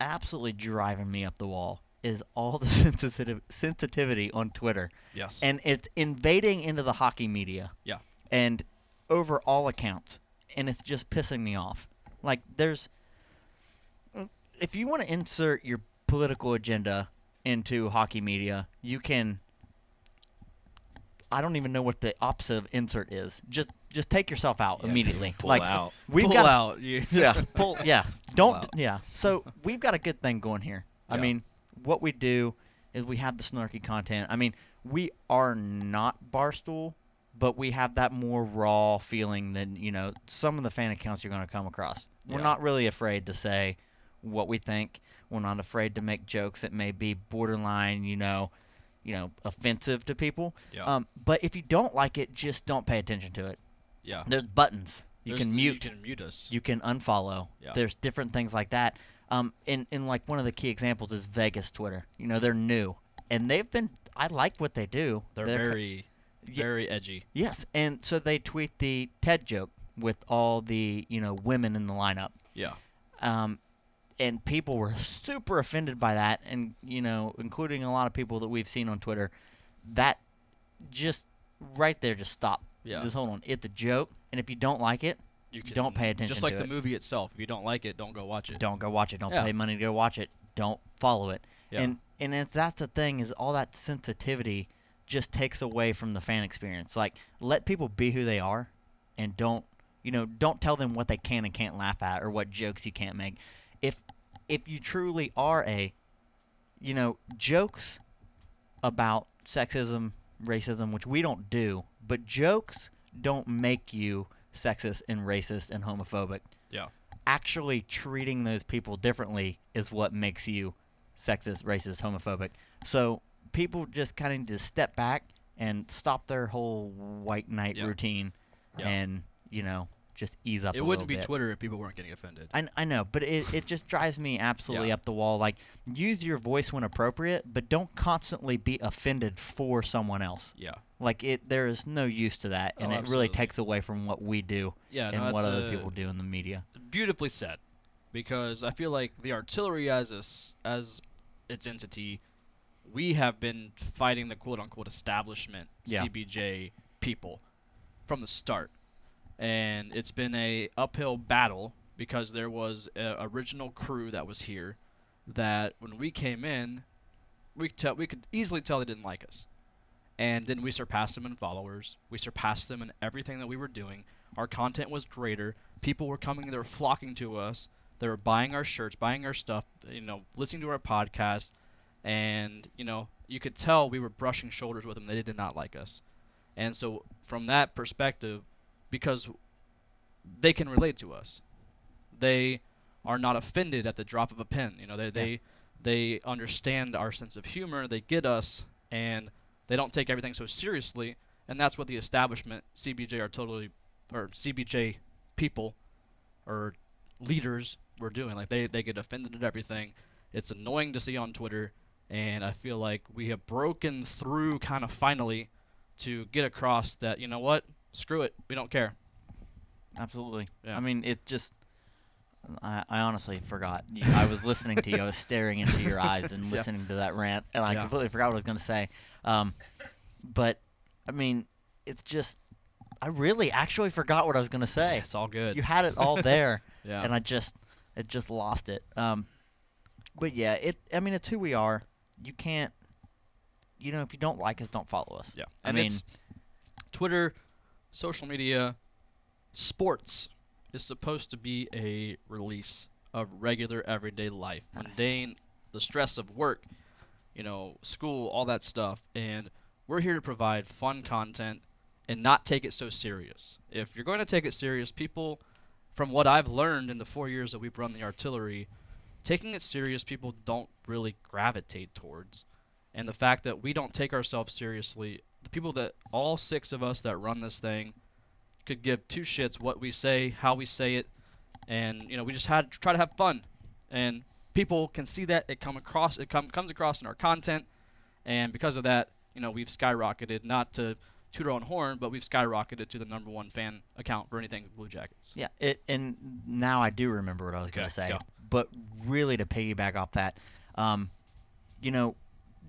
Speaker 6: absolutely driving me up the wall is all the sensitiv- sensitivity on Twitter.
Speaker 5: Yes.
Speaker 6: And it's invading into the hockey media
Speaker 5: yeah.
Speaker 6: and over all accounts. And it's just pissing me off. Like, there's. If you want to insert your political agenda into hockey media, you can. I don't even know what the opposite of insert is. Just just take yourself out immediately.
Speaker 8: pull
Speaker 6: like
Speaker 8: out.
Speaker 6: we've
Speaker 5: Pull
Speaker 6: got
Speaker 5: out. You-
Speaker 6: yeah. Pull. Yeah. Don't.
Speaker 5: Wow.
Speaker 6: Yeah. So we've got a good thing going here. I
Speaker 8: Yeah.
Speaker 6: mean, what we do is we have the snarky content. I mean, we are not barstool, but we have that more raw feeling than you know some of the fan accounts you're going to come across. We're
Speaker 5: Yeah.
Speaker 6: not really afraid to say what we think. We're not afraid to make jokes that may be borderline, you know, you know, offensive to people.
Speaker 5: Yeah.
Speaker 6: Um, but if you don't like it, just don't pay attention to it.
Speaker 5: yeah.
Speaker 6: There's buttons. You
Speaker 5: There's-
Speaker 6: can mute
Speaker 5: You can mute us.
Speaker 6: you can unfollow.
Speaker 5: Yeah.
Speaker 6: There's different things like that. Um, and, and like one of the key examples is Vegas Twitter. You know, they're new and they've been. I like what they do.
Speaker 5: They're,
Speaker 6: co-
Speaker 5: very,
Speaker 6: Ye-
Speaker 5: very edgy.
Speaker 6: yes, and so they tweet the Ted joke with all the you know women in the lineup.
Speaker 5: Yeah.
Speaker 6: Um, and people were super offended by that, and you know, including a lot of people that we've seen on Twitter. That just right there, just stop.
Speaker 5: Yeah.
Speaker 6: Just hold on. It's a joke, and if you don't like it,
Speaker 5: You can,
Speaker 6: don't pay attention.
Speaker 5: Just like
Speaker 6: to
Speaker 5: the
Speaker 6: it.
Speaker 5: movie itself. If you don't like it, don't go watch it.
Speaker 6: don't go watch it. Don't
Speaker 5: Yeah.
Speaker 6: pay money to go watch it. Don't follow it.
Speaker 5: Yeah.
Speaker 6: And and if that's the thing is all that sensitivity just takes away from the fan experience. Like let people be who they are, and don't you know don't tell them what they can and can't laugh at or what jokes you can't make. If if you truly are a, you know, jokes about sexism, racism, which we don't do, but jokes don't make you sexist and racist and homophobic
Speaker 5: Yeah.
Speaker 6: actually treating those people differently is what makes you sexist, racist, homophobic. So people just kind of need to step back and stop their whole white knight
Speaker 5: Yeah.
Speaker 6: routine,
Speaker 5: Yeah.
Speaker 6: and you know just ease up.
Speaker 5: It
Speaker 6: a
Speaker 5: wouldn't be
Speaker 6: little bit.
Speaker 5: Twitter if people weren't getting offended.
Speaker 6: I, I know, but it, it just drives me absolutely
Speaker 5: Yeah.
Speaker 6: up the wall. Like, use your voice when appropriate, but don't constantly be offended for someone else.
Speaker 5: yeah.
Speaker 6: Like it, there is no use to that, and
Speaker 5: Oh,
Speaker 6: it really
Speaker 5: absolutely.
Speaker 6: takes away from what we do
Speaker 5: Yeah, no,
Speaker 6: and what
Speaker 5: that's
Speaker 6: other
Speaker 5: a-
Speaker 6: people do in the media.
Speaker 5: beautifully said because I feel like the artillery as a s as its entity, we have been fighting the quote unquote establishment
Speaker 6: Yeah.
Speaker 5: CBJ people from the start, and it's been a uphill battle because there was a original crew that was here that when we came in, we could tell we could easily tell they didn't like us and then we surpassed them in followers. We surpassed them in everything that we were doing. Our content was greater. People were coming. They were flocking to us. They were buying our shirts, buying our stuff. You know, listening to our podcast, and you know, you could tell we were brushing shoulders with them. They did not like us, and so from that perspective, because they can relate to us, they are not offended at the drop of a pin. You know, they they they understand our sense of humor. They get us, and they don't take everything so seriously, and that's what the establishment CBJ are totally or CBJ people or leaders were doing. Like they they get offended at everything. It's annoying to see on Twitter, and I feel like we have broken through kind of finally to get across that you know what, screw it, we don't care.
Speaker 6: Absolutely.
Speaker 5: Yeah.
Speaker 6: I mean, it just. I, I honestly forgot. You- I was listening to you. I was staring into your eyes and
Speaker 5: Yeah.
Speaker 6: listening to that rant, and I
Speaker 5: Yeah.
Speaker 6: completely forgot what I was going to say. Um, but, I mean, it's just. I really actually forgot what I was going to say.
Speaker 5: It's all good.
Speaker 6: You had it all there,
Speaker 5: Yeah.
Speaker 6: and I just. It just lost it. Um, but yeah, it. I mean, it's who we are. You can't. You know, if you don't like us, don't follow us.
Speaker 5: Yeah.
Speaker 6: I
Speaker 5: And
Speaker 6: mean,
Speaker 5: it's Twitter, social media, sports is supposed to be a release of regular everyday life, mundane, the stress of work, you know, school, all that stuff. And we're here to provide fun content and not take it so serious. If you're going to take it serious, people, from what I've learned in the four years that we've run the artillery, taking it serious, people don't really gravitate towards. And the fact that we don't take ourselves seriously, the people that all six of us that run this thing could give two shits what we say, how we say it, and you know we just had try to have fun, and people can see that it come across it come, comes across in our content, and because of that, you know we've skyrocketed not to toot our own horn, but we've skyrocketed to the number one fan account for anything Blue Jackets.
Speaker 6: Yeah, it and now I do remember what I was going
Speaker 5: Okay,
Speaker 6: to say.
Speaker 5: go.
Speaker 6: But really, to piggyback off that, um, you know,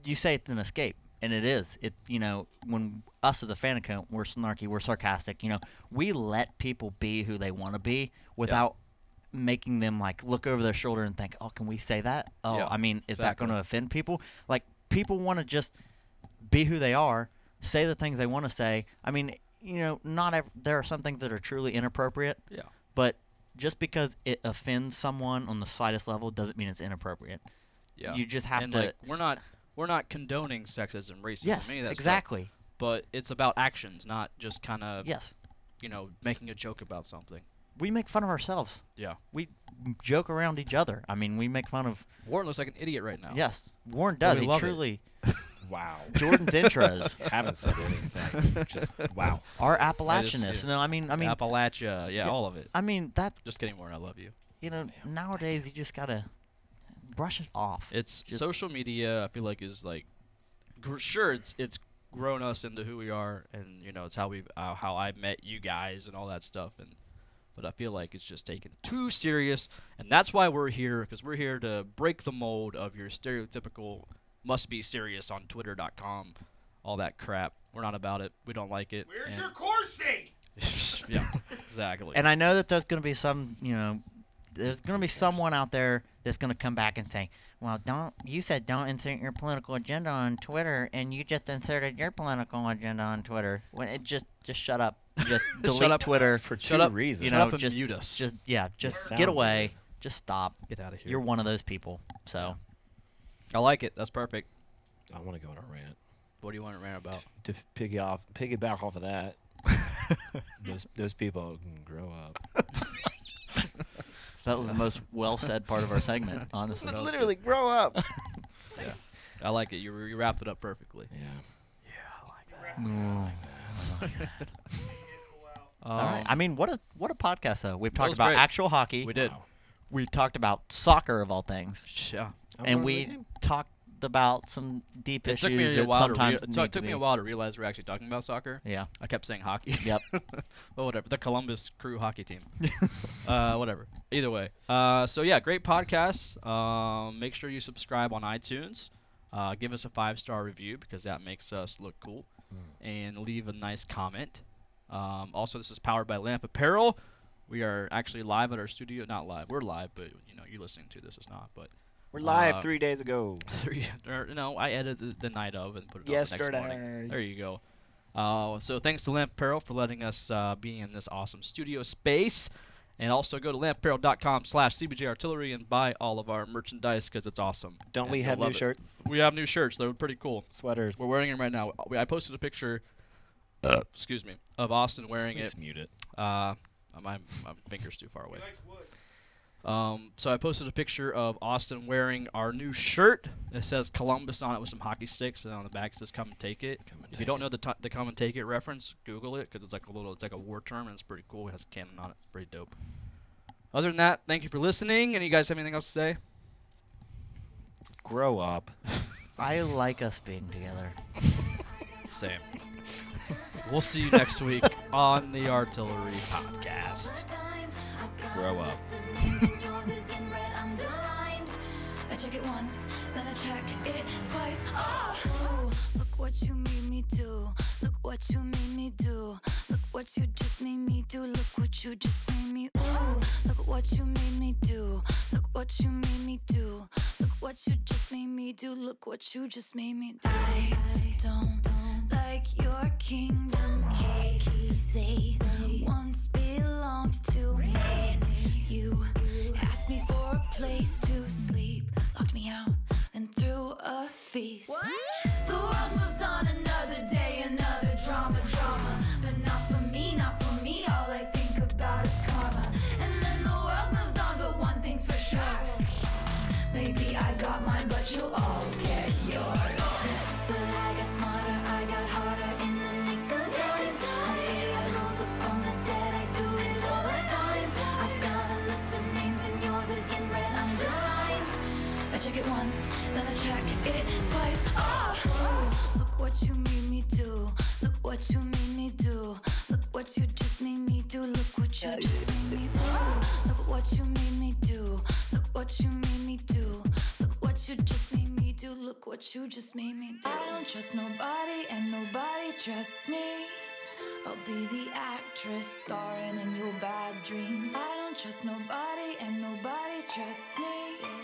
Speaker 6: you say it's an escape, and it is. It you know, when us as a fan account, we're snarky, we're sarcastic. You know, we let people be who they want to be without making them like look over their shoulder and think, "Oh, can we say that? Oh,
Speaker 5: Yeah,
Speaker 6: I mean, is that
Speaker 5: exactly.
Speaker 6: going to offend people?" Like people want to just be who they are, say the things they want to say. I mean, you know, not ev- there are some things that are truly inappropriate.
Speaker 5: Yeah.
Speaker 6: But just because it offends someone on the slightest level doesn't mean it's inappropriate.
Speaker 5: Yeah.
Speaker 6: You just have
Speaker 5: and
Speaker 6: to.
Speaker 5: like we're not we're not condoning sexism, racism,
Speaker 6: yes,
Speaker 5: any of that stuff,
Speaker 6: exactly.
Speaker 5: but it's about actions, not just kind of
Speaker 6: Yes,
Speaker 5: you know making a joke about something.
Speaker 6: we make fun of ourselves.
Speaker 5: Yeah.
Speaker 6: We m- joke around each other. I mean, we make fun of.
Speaker 5: Warren looks like an idiot right now.
Speaker 6: Yes, Warren does.
Speaker 5: we
Speaker 6: he
Speaker 5: love it.
Speaker 6: truly.
Speaker 8: Wow.
Speaker 6: Jordan's intros
Speaker 8: Haven't said anything. Just wow.
Speaker 6: are Appalachianists.
Speaker 5: yeah.
Speaker 6: No, I mean, I mean,
Speaker 5: Appalachia, yeah, all of it.
Speaker 6: I mean that.
Speaker 5: Just kidding, Warren. I love you.
Speaker 6: You know, nowadays you just gotta brush it off.
Speaker 5: It's
Speaker 6: Just-
Speaker 5: social media. I feel like is like, gr- sure, it's it's grown us into who we are, and you know, it's how we uh, how I met you guys and all that stuff, and but I feel like it's just taken too serious, and that's why we're here because we're here to break the mold of your stereotypical must be serious on Twitter.com, all that crap. We're not about it. We don't like it.
Speaker 9: Where's
Speaker 5: and-
Speaker 9: your coursing?
Speaker 5: yeah, exactly.
Speaker 6: And I know that there's going to be some, you know, there's going to be someone out there that's going to come back and say, "Well, don't you said don't insert your political agenda on Twitter, and you just inserted your political agenda on Twitter." When it just just shut up, uh, just delete
Speaker 5: up.
Speaker 6: Twitter
Speaker 8: For two
Speaker 5: Shut up.
Speaker 8: reasons.
Speaker 6: You
Speaker 5: Shut
Speaker 6: know,
Speaker 5: up and
Speaker 6: just-
Speaker 5: mute us.
Speaker 6: Just yeah, just
Speaker 8: Sound
Speaker 6: get away, just stop.
Speaker 5: Get out of here.
Speaker 6: You're one of those people. So
Speaker 5: I like it. That's perfect.
Speaker 8: I want to go on a rant.
Speaker 5: What do you want to rant about?
Speaker 8: To piggy off, piggyback off of that, those those people can grow up.
Speaker 6: that was the most well said part of our segment, honestly.
Speaker 5: was
Speaker 8: Literally, grow up.
Speaker 5: I like it. You, you wrapped it up perfectly.
Speaker 8: Yeah.
Speaker 6: All right. I mean, what a what a podcast though. We've talked
Speaker 5: was
Speaker 6: about
Speaker 5: great.
Speaker 6: actual hockey.
Speaker 5: Um, we did.
Speaker 8: Wow.
Speaker 6: We talked about soccer of all things.
Speaker 5: Yeah.
Speaker 8: I'm going
Speaker 6: and
Speaker 8: to
Speaker 6: we
Speaker 8: the game.
Speaker 6: talked about some deep
Speaker 5: It
Speaker 6: issues
Speaker 5: took me a
Speaker 6: that
Speaker 5: while. To rea-
Speaker 6: sometimes
Speaker 5: it took-
Speaker 6: need to
Speaker 5: took me a
Speaker 6: be-
Speaker 5: while to realize we're actually talking about soccer.
Speaker 6: Yeah.
Speaker 5: I kept saying hockey.
Speaker 6: Yep.
Speaker 5: but whatever. The Columbus Crew hockey team. uh, whatever. Either way. Uh, so yeah, great podcast. Um, make sure you subscribe on iTunes. Uh, give us a five star review because that makes us look cool, and leave a nice comment. Um, also, this is powered by Lamp Apparel. We are actually live at our studio. Not live. We're live, but you know you're listening to this. It's not, but
Speaker 8: We're live
Speaker 5: uh,
Speaker 8: three days ago.
Speaker 5: three. Or, no, I edited the night of and put it up the next morning.
Speaker 8: Yesterday.
Speaker 5: There you go. Uh, so thanks to Lamp Apparel for letting us uh, be in this awesome studio space. And also go to lampapparel.com slash CBJ Artillery and buy all of our merchandise because it's awesome.
Speaker 8: Don't
Speaker 5: And
Speaker 8: we
Speaker 5: you'll
Speaker 8: have new
Speaker 5: love it.
Speaker 8: shirts,
Speaker 5: We have new shirts. They're pretty cool.
Speaker 8: sweaters?
Speaker 5: We're wearing them right now. We- I posted a picture, uh, excuse me, of Austin wearing it.
Speaker 8: Just mute it.
Speaker 5: Uh, my, my finger's too far away.
Speaker 9: Nice wood.
Speaker 5: Um, so I posted a picture of Austin wearing our new shirt. It says Columbus on it with some hockey sticks, and on the back it says "Come and take it." if you don't know the t- the "Come and take it" reference, Google it because it's like a little, it's like a war term, and it's pretty cool. It has a cannon on it, it's pretty dope. Other than that, thank you for listening. And you guys have anything else to say?
Speaker 8: Grow up.
Speaker 6: I like us being together.
Speaker 5: Same. we'll see you next week on the Artillery Podcast.
Speaker 8: Grow up.
Speaker 10: I check it once, then I check it twice. Oh, oh, look what you made me do. Look what you made me do. Look what you just made me do. Look what you just made me. Ooh, look what you made me do. Look what you made me do. Look what you just made me do. Look what you just made me do. I don't like your kingdom keys. They once belonged to me. You asked me for a place to sleep, locked me out, and threw a feast. The world moves on another day, another drama, drama. But not for me, not for me. All I think about is karma. And then the world moves on, but one thing's for sure. Maybe I got mine, but you'll all get yours. But I got smarter, I got harder in the nick of time. I lay a nose upon the dead, I do it all the times. I've got a list of names and yours is in red underlined. I check it once, then I check it twice. Oh, oh, look what you made me do. Look what you made me do. Look what you just made me do. Look what you just made me do. Look what you made me do. Look what you made me do. Look what you just made me do. Look what you just made me do. I don't trust nobody, and nobody trusts me. I'll be the actress starring in your bad dreams. I don't trust nobody, and nobody trusts me.